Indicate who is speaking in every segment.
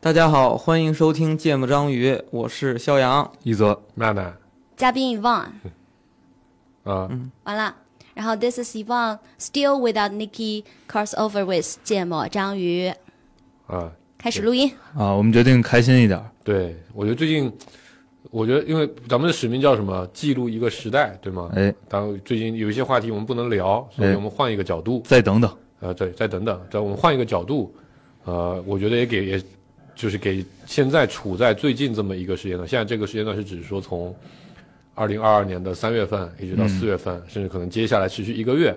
Speaker 1: 大家好，欢迎收听《芥末章鱼》，我是肖阳。
Speaker 2: 一泽
Speaker 3: 娜娜
Speaker 4: 嘉宾 Yvonne，
Speaker 3: 啊，
Speaker 4: 完了。然后 This is Yvonne, still without Nikki, crossover with 芥末章鱼，
Speaker 3: 啊，
Speaker 4: 开始录音。
Speaker 2: 啊，我们决定开心一点儿。
Speaker 3: 对，我觉得最近，我觉得因为咱们的使命叫什么？记录一个时代，对吗？
Speaker 2: 哎，
Speaker 3: 当然最近有一些话题我们不能聊，所以
Speaker 2: 哎
Speaker 3: 我们换一个角度，
Speaker 2: 再等等，
Speaker 3: 呃，对，再等等，再我们换一个角度，呃，我觉得也给，也就是给现在处在最近这么一个时间段，现在这个时间段是指说从二零二二年的三月份一直到四月份，甚至可能接下来持续一个月，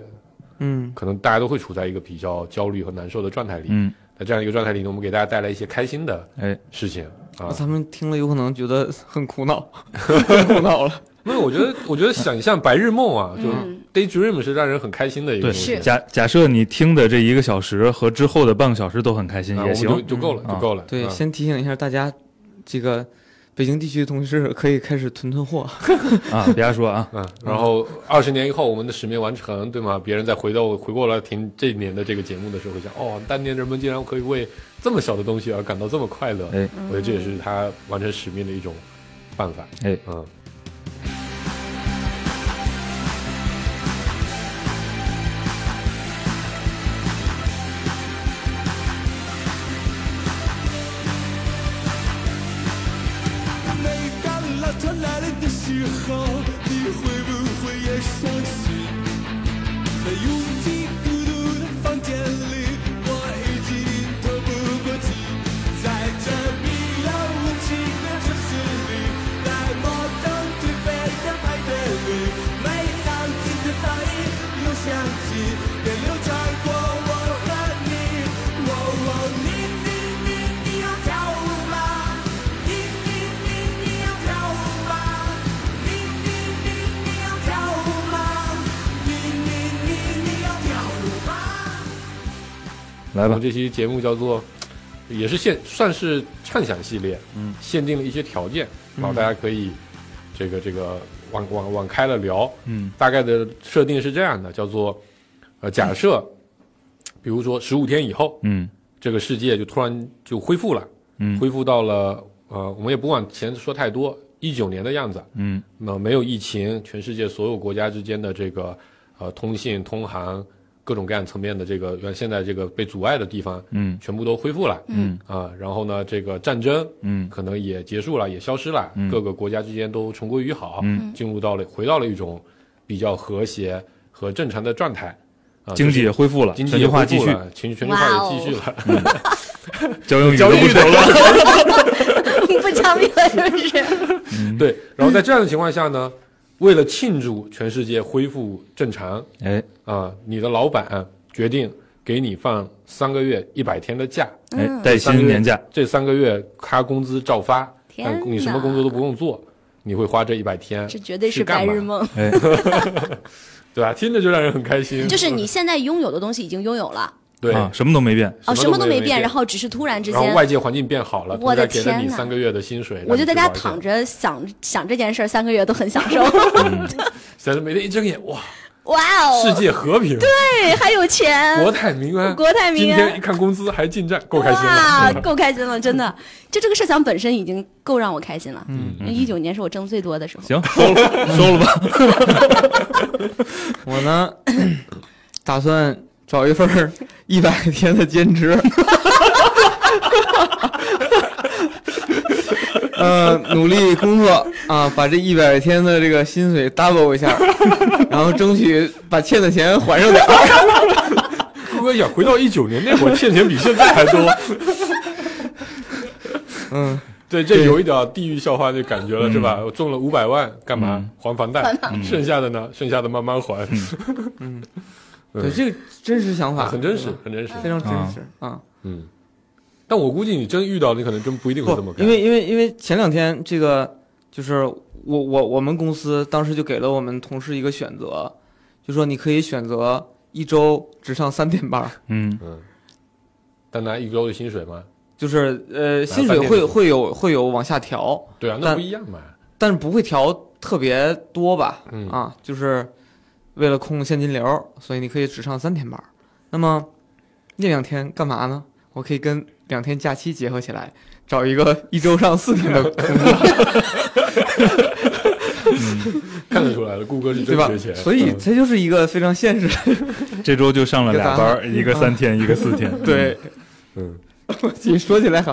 Speaker 1: 嗯，
Speaker 3: 可能大家都会处在一个比较焦虑和难受的状态里。
Speaker 2: 嗯，
Speaker 3: 在这样一个状态里呢，我们给大家带来一些开心的
Speaker 2: 哎，
Speaker 3: 事情啊，
Speaker 1: 咱们听了有可能觉得很苦 恼，很苦恼了。
Speaker 3: 没有，我觉得，我觉得想象白日梦啊，就
Speaker 4: 嗯
Speaker 3: daydream 是让人很开心的一个
Speaker 2: 对，
Speaker 3: 东西。
Speaker 2: 假假设你听的这一个小时和之后的半个小时都很开心
Speaker 3: 啊，我
Speaker 2: 也
Speaker 3: 们就
Speaker 2: 行。
Speaker 3: 就够了，
Speaker 2: 嗯
Speaker 3: 就够了。
Speaker 1: 对，
Speaker 3: 啊
Speaker 1: 先提醒一下大家，这个北京地区的同事可以开始囤囤货。
Speaker 2: 啊，别瞎说 啊，
Speaker 3: 嗯，然后二十年以后，我们的使命完成，对吗？别人再回到回过来听这一年的这个节目的时候，会想，哦，当年人们竟然可以为这么小的东西而感到这么快乐。
Speaker 2: 哎
Speaker 3: 我觉得这也是他完成使命的一种办法。
Speaker 2: 哎，
Speaker 3: 嗯，
Speaker 5: 每当浪潮来临的时候，你会不会也伤心？在拥挤孤独的房间里，我已经透不过气。在这冰冷无情的城市里，在摩登颓废的派对里，每当吉他噪音又响起，电流穿过我和你。哦哦，你你你你要跳舞吗？你你你你要跳舞吗？你你你你要跳舞吗？你你你你要跳舞吗？
Speaker 2: 来
Speaker 3: 我
Speaker 2: 吧
Speaker 3: 们，这期节目叫做，也是限算是畅想系列，嗯，限定了一些条件，
Speaker 2: 嗯
Speaker 3: 然后大家可以这个这个往往往开了聊，
Speaker 2: 嗯，
Speaker 3: 大概的设定是这样的，叫做呃假设，比如说十五天以后，
Speaker 2: 嗯
Speaker 3: 这个世界就突然就恢复了，
Speaker 2: 嗯
Speaker 3: 恢复到了呃我们也不往前说太多，一九年的样子，
Speaker 2: 嗯
Speaker 3: 那没有疫情，全世界所有国家之间的这个呃通信、通航各种各样层面的这个原现在这个被阻碍的地方，
Speaker 2: 嗯
Speaker 3: 全部都恢复了，嗯啊，然后呢，这个战争
Speaker 2: 嗯
Speaker 3: 可能也结束了，也消失了，
Speaker 2: 嗯
Speaker 3: 各个国家之间都重归于好，
Speaker 2: 嗯
Speaker 3: 进入到了回到了一种比较和谐和正常的状态。啊，
Speaker 2: 经济
Speaker 3: 就
Speaker 2: 也
Speaker 3: 是
Speaker 2: 恢复了，
Speaker 3: 经
Speaker 2: 全
Speaker 3: 济也
Speaker 2: 球化
Speaker 3: 恢
Speaker 2: 继
Speaker 3: 复
Speaker 2: 续，
Speaker 3: 了，全全球化也继续了，
Speaker 2: 交英语
Speaker 3: 交
Speaker 2: 都不
Speaker 3: 易的
Speaker 2: 成了。
Speaker 4: 不讲理了是不是？
Speaker 3: 对。然后在这样的情况下呢，为了庆祝全世界恢复正常，
Speaker 2: 哎
Speaker 3: 啊、你的老板决定给你放三个月一百天的假，
Speaker 2: 哎，带
Speaker 3: 三个
Speaker 2: 薪
Speaker 3: 月
Speaker 2: 年假，
Speaker 3: 这三个月他工资照发，
Speaker 4: 天
Speaker 3: 但你什么
Speaker 4: 哪
Speaker 3: 工作都不用做，你会花这一百天，
Speaker 4: 这绝对
Speaker 3: 去
Speaker 4: 是
Speaker 3: 干
Speaker 4: 白日
Speaker 3: 嘛，
Speaker 4: 梦。
Speaker 2: 哎，
Speaker 3: 对吧？听着就让人很开心，
Speaker 4: 就是你现在拥有的东西已经拥有了，
Speaker 3: 对。
Speaker 2: 啊，什么都没 变，
Speaker 4: 哦，
Speaker 3: 什
Speaker 4: 什
Speaker 3: 么
Speaker 4: 么
Speaker 3: 都
Speaker 4: 都
Speaker 3: 没
Speaker 4: 没
Speaker 3: 变
Speaker 4: 变，然后只是突然之
Speaker 3: 然后
Speaker 4: 间，
Speaker 3: 外界环境变好了，
Speaker 4: 我的
Speaker 3: 同时还给了
Speaker 4: 天
Speaker 3: 你
Speaker 4: 哪
Speaker 3: 三个月的薪水，
Speaker 4: 我就在家
Speaker 3: 让你去玩
Speaker 4: 躺
Speaker 3: 去。
Speaker 4: 着想想这件事儿，三个月都很享受。
Speaker 3: 但是每天一睁眼，哇，
Speaker 4: 哇
Speaker 3: 嗯世
Speaker 4: 哦，
Speaker 3: 界和平，
Speaker 4: 对，还有钱，
Speaker 3: 国泰民安，
Speaker 4: 国泰民
Speaker 3: 今
Speaker 4: 安
Speaker 3: 天一看工资还进账，够开心
Speaker 4: 哇
Speaker 3: 了。，
Speaker 4: 够开心了，真的。就这个设想本身已经够让我开心了。
Speaker 3: 嗯
Speaker 4: 一九年是我挣最多的时候。
Speaker 2: 行，收了收 了吧。
Speaker 1: 我呢， 打算找一份一百天的兼职， 呃，努力工作啊，把这一百天的这个薪水 double 一下，然后争取把欠的钱还上点儿。
Speaker 3: 顾哥想回到一九年那会儿，欠钱比现在还多。
Speaker 1: 嗯，
Speaker 3: 对，这有一点地狱笑话的感觉了，是吧？我中了五百万，干嘛
Speaker 2: 嗯
Speaker 3: 还房贷？剩下的呢？剩下的慢慢还，
Speaker 1: 嗯对，这个真实想法
Speaker 3: 啊
Speaker 1: 嗯
Speaker 3: 很真实，很真实。
Speaker 1: 非常真实啊。
Speaker 3: 嗯，但我估计你真遇到，你可能真不一定会这么
Speaker 1: 不，
Speaker 3: 干。
Speaker 1: 因为因为因为前两天这个就是我我我们公司当时就给了我们同事一个选择，就说你可以选择一周只上三天班儿，
Speaker 2: 嗯
Speaker 3: 嗯，但拿一周的薪水吗？
Speaker 1: 就是呃薪
Speaker 3: 三
Speaker 1: 水
Speaker 3: 天
Speaker 1: 会
Speaker 3: 就
Speaker 1: 会有会有往下调，
Speaker 3: 对啊，那
Speaker 1: 但
Speaker 3: 不一样嘛。
Speaker 1: 但是不会调特别多吧？
Speaker 3: 嗯
Speaker 1: 啊，就是为了控现金流，所以你可以只上三天班儿。那么那两天干嘛呢？我可以跟两天假期结合起来，找一个一周上四天的空档，
Speaker 3: 看得出来了，顾哥是
Speaker 1: 对
Speaker 3: 真
Speaker 1: 吧
Speaker 3: 缺？钱，
Speaker 1: 所以
Speaker 3: 嗯
Speaker 1: 这就是一个非常现实的。
Speaker 2: 这周就上了俩班儿，一个三天，一个四 天。。
Speaker 1: 对，
Speaker 3: 嗯，
Speaker 1: 你说起来好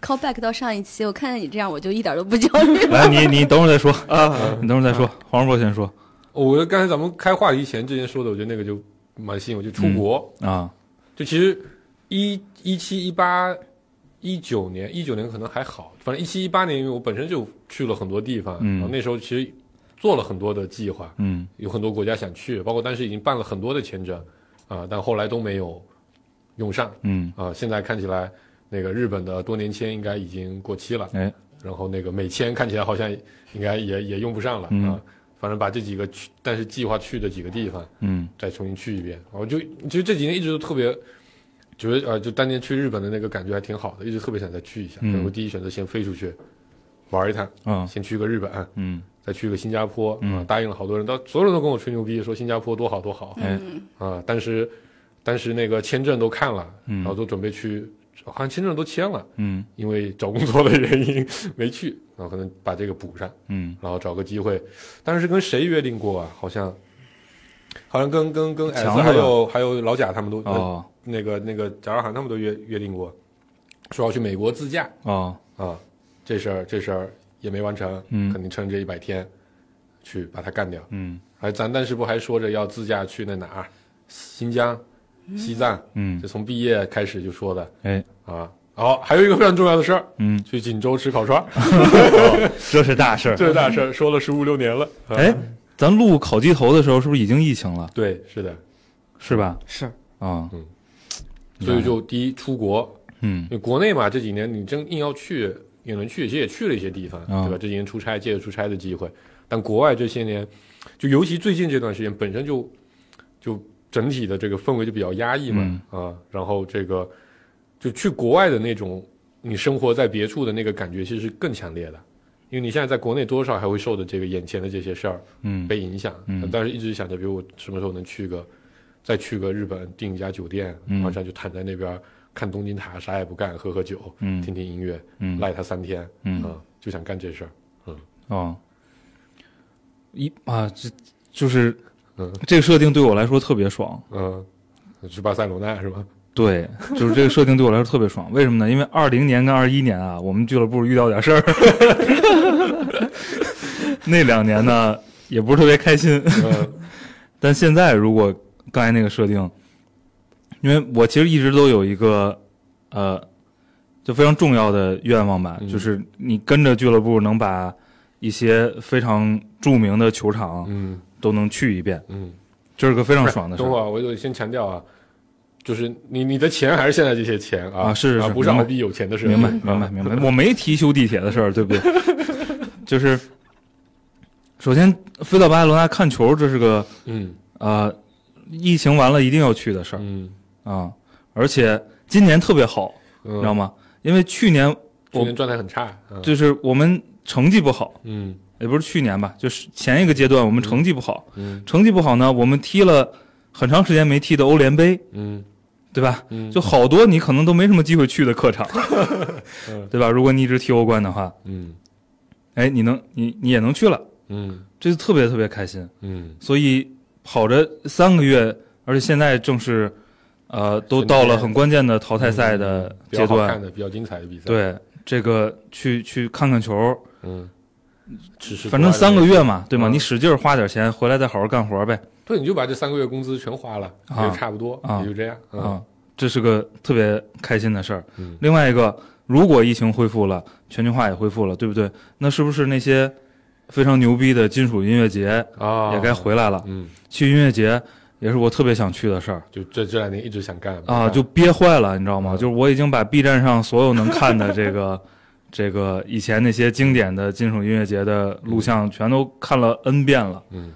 Speaker 4: call back 到上一期，我看见你这样，我就一点都不焦虑
Speaker 2: 来，你你等会儿 再说，
Speaker 1: 啊，
Speaker 2: 你等会儿再说。黄世博先说
Speaker 3: 我觉得刚才咱们开话题前之前说的，我觉得那个就蛮吸引我，就出国。
Speaker 1: 嗯
Speaker 2: 啊，
Speaker 3: 就其实一一七一八一九年，一九年可能还好，反正一七一八年，因为我本身就去了很多地方，
Speaker 2: 嗯
Speaker 3: 然后那时候其实做了很多的计划，
Speaker 2: 嗯
Speaker 3: 有很多国家想去，包括当时已经办了很多的签证啊、但后来都没有用上
Speaker 2: 嗯
Speaker 3: 啊、现在看起来，那个日本的多年签应该已经过期了，
Speaker 2: 哎，
Speaker 3: 然后那个美签看起来好像应该也也用不上了啊、
Speaker 2: 嗯
Speaker 3: 反正把这几个去，但是计划去的几个地方。
Speaker 2: 嗯
Speaker 3: 再重新去一遍。我就其实这几年一直都特别觉得，呃，就当年去日本的那个感觉还挺好的，一直特别想再去一下。
Speaker 2: 嗯
Speaker 3: 然后第一选择先飞出去玩一趟，
Speaker 2: 啊
Speaker 3: 先去个日本，
Speaker 2: 嗯
Speaker 3: 再去个新加坡。
Speaker 2: 嗯
Speaker 3: 啊答应了好多人，到所有人都跟我吹牛逼，说新加坡多好多好
Speaker 2: 哎
Speaker 3: 啊。当时当时那个签证都看了，
Speaker 2: 嗯
Speaker 3: 然后都准备去，好像签证都签了，
Speaker 2: 嗯
Speaker 3: 因为找工作的原因 没去，然后可能把这个补上。
Speaker 2: 嗯
Speaker 3: 然后找个机会，当时是跟谁约定过啊？好像，好像跟跟跟 S
Speaker 2: 强子吧
Speaker 3: 还有还有老贾他们都、呃
Speaker 2: 哦
Speaker 3: 那个那个贾尔涵他们都约约定过，说要去美国自驾
Speaker 2: 哦
Speaker 3: 啊，这事儿这事儿也没完成，
Speaker 2: 嗯
Speaker 3: 肯定趁这一百天去把它干掉。
Speaker 2: 嗯
Speaker 3: 而咱当时不还说着要自驾去那哪儿，新疆、西藏，
Speaker 2: 嗯
Speaker 3: 就从毕业开始就说的
Speaker 2: 哎
Speaker 3: 啊。哦，还有一个非常重要的事儿，
Speaker 2: 嗯，
Speaker 3: 去锦州吃烤串 儿，
Speaker 2: 这是大事儿。
Speaker 3: 这大事儿说了十五六年了。啊
Speaker 2: 哎，咱录烤鸡头的时候是不是已经疫情了？
Speaker 3: 对，是的，
Speaker 2: 是吧？
Speaker 1: 是
Speaker 2: 啊，
Speaker 3: 所以就第一出国，
Speaker 2: 嗯
Speaker 3: 因为国内嘛这几年你真硬要去也能去，其实也去了一些地方，
Speaker 2: 嗯
Speaker 3: 对吧？这几年出差借着出差的机会，但国外这些年，就尤其最近这段时间，本身就就整体的这个氛围就比较压抑嘛，啊，然后这个就去国外的那种你生活在别处的那个感觉，其实是更强烈的。因为你现在在国内多少还会受的这个眼前的这些事儿
Speaker 2: 嗯
Speaker 3: 被影响，
Speaker 2: 嗯
Speaker 3: 但是一直想着，比如我什么时候能去个，再去个日本订一家酒店，
Speaker 2: 嗯
Speaker 3: 晚上就躺在那边看东京塔，啥也不干，喝喝酒，
Speaker 2: 嗯
Speaker 3: 听听音乐，
Speaker 2: 嗯
Speaker 3: 赖他三天，啊、
Speaker 2: 嗯
Speaker 3: 就想干这事儿。
Speaker 2: 哦，一啊，这就是
Speaker 3: 嗯
Speaker 2: 这个设定对我来说特别爽。
Speaker 3: 嗯、去巴塞罗那 是吧？
Speaker 2: 对，就是这个设定对我来说特别爽。为什么呢？因为二零年跟二一年啊，我们俱乐部遇到点事儿， 那两年呢也不是特别开心。
Speaker 3: 嗯
Speaker 2: 但现在如果刚才那个设定，因为我其实一直都有一个呃，就非常重要的愿望吧，
Speaker 3: 嗯
Speaker 2: 就是你跟着俱乐部能把一些非常著名的球场
Speaker 3: 嗯
Speaker 2: 都能去一遍，
Speaker 3: 嗯，
Speaker 2: 这是个非常爽的事
Speaker 3: 等会。儿我就先强调啊，就是你你的钱还是现在这些钱啊，
Speaker 2: 啊是是是
Speaker 3: 啊不是
Speaker 2: 明白
Speaker 3: 奥比有钱的事，
Speaker 2: 明白，明白，明白。 我没提修地铁的事儿，对不对？就是，首先飞到巴塞罗那看球，这是个
Speaker 3: 嗯
Speaker 2: 呃，疫情完了一定要去的事儿
Speaker 3: 嗯
Speaker 2: 啊、而且今年特别好，
Speaker 3: 嗯，
Speaker 2: 你知道吗？因为去年
Speaker 3: 去年状态很差，嗯
Speaker 2: 就是我们成绩不好，
Speaker 3: 嗯
Speaker 2: 也不是去年吧，就是前一个阶段我们成绩不好，
Speaker 3: 嗯
Speaker 2: 成绩不好呢，我们踢了很长时间没踢的欧联杯，
Speaker 3: 嗯
Speaker 2: 对吧？
Speaker 3: 嗯，
Speaker 2: 就好多你可能都没什么机会去的客 场， 对吧？如果你一直踢欧冠的话，
Speaker 3: 嗯
Speaker 2: 哎，你能你你也能去了，
Speaker 3: 嗯
Speaker 2: 这就特别特别开心。
Speaker 3: 嗯
Speaker 2: 所以跑着三个月，而且现在正是呃都到了很关键的淘汰赛的
Speaker 3: 嗯比
Speaker 2: 阶
Speaker 3: 较好
Speaker 2: 段，
Speaker 3: 看的比较精彩的比赛，，
Speaker 2: 对这个去去看看球，
Speaker 3: 嗯，只是
Speaker 2: 反正三个
Speaker 3: 月。
Speaker 2: 月嘛，对吗？
Speaker 3: 嗯
Speaker 2: 你使劲儿花点钱，回来再好好干活呗。
Speaker 3: 对，你就把这三个月工资全花了，
Speaker 2: 啊
Speaker 3: 也就差不多，
Speaker 2: 啊
Speaker 3: 也就这样。嗯
Speaker 2: 啊，这是个特别开心的事儿。
Speaker 3: 嗯
Speaker 2: 另外一个，如果疫情恢复了，全球化也恢复了，对不对？那是不是那些非常牛逼的金属音乐节
Speaker 3: 啊，
Speaker 2: 也该回来了？
Speaker 3: 嗯，
Speaker 2: 去音乐节也是我特别想去的事儿
Speaker 3: 就这这两年一直想干
Speaker 2: 啊，就憋坏了，你知道
Speaker 3: 嗯
Speaker 2: 吗？就是我已经把 B 站上所有能看的这 个这个以前那些经典的金属音乐节的录像全都看了 N 遍了。
Speaker 3: 嗯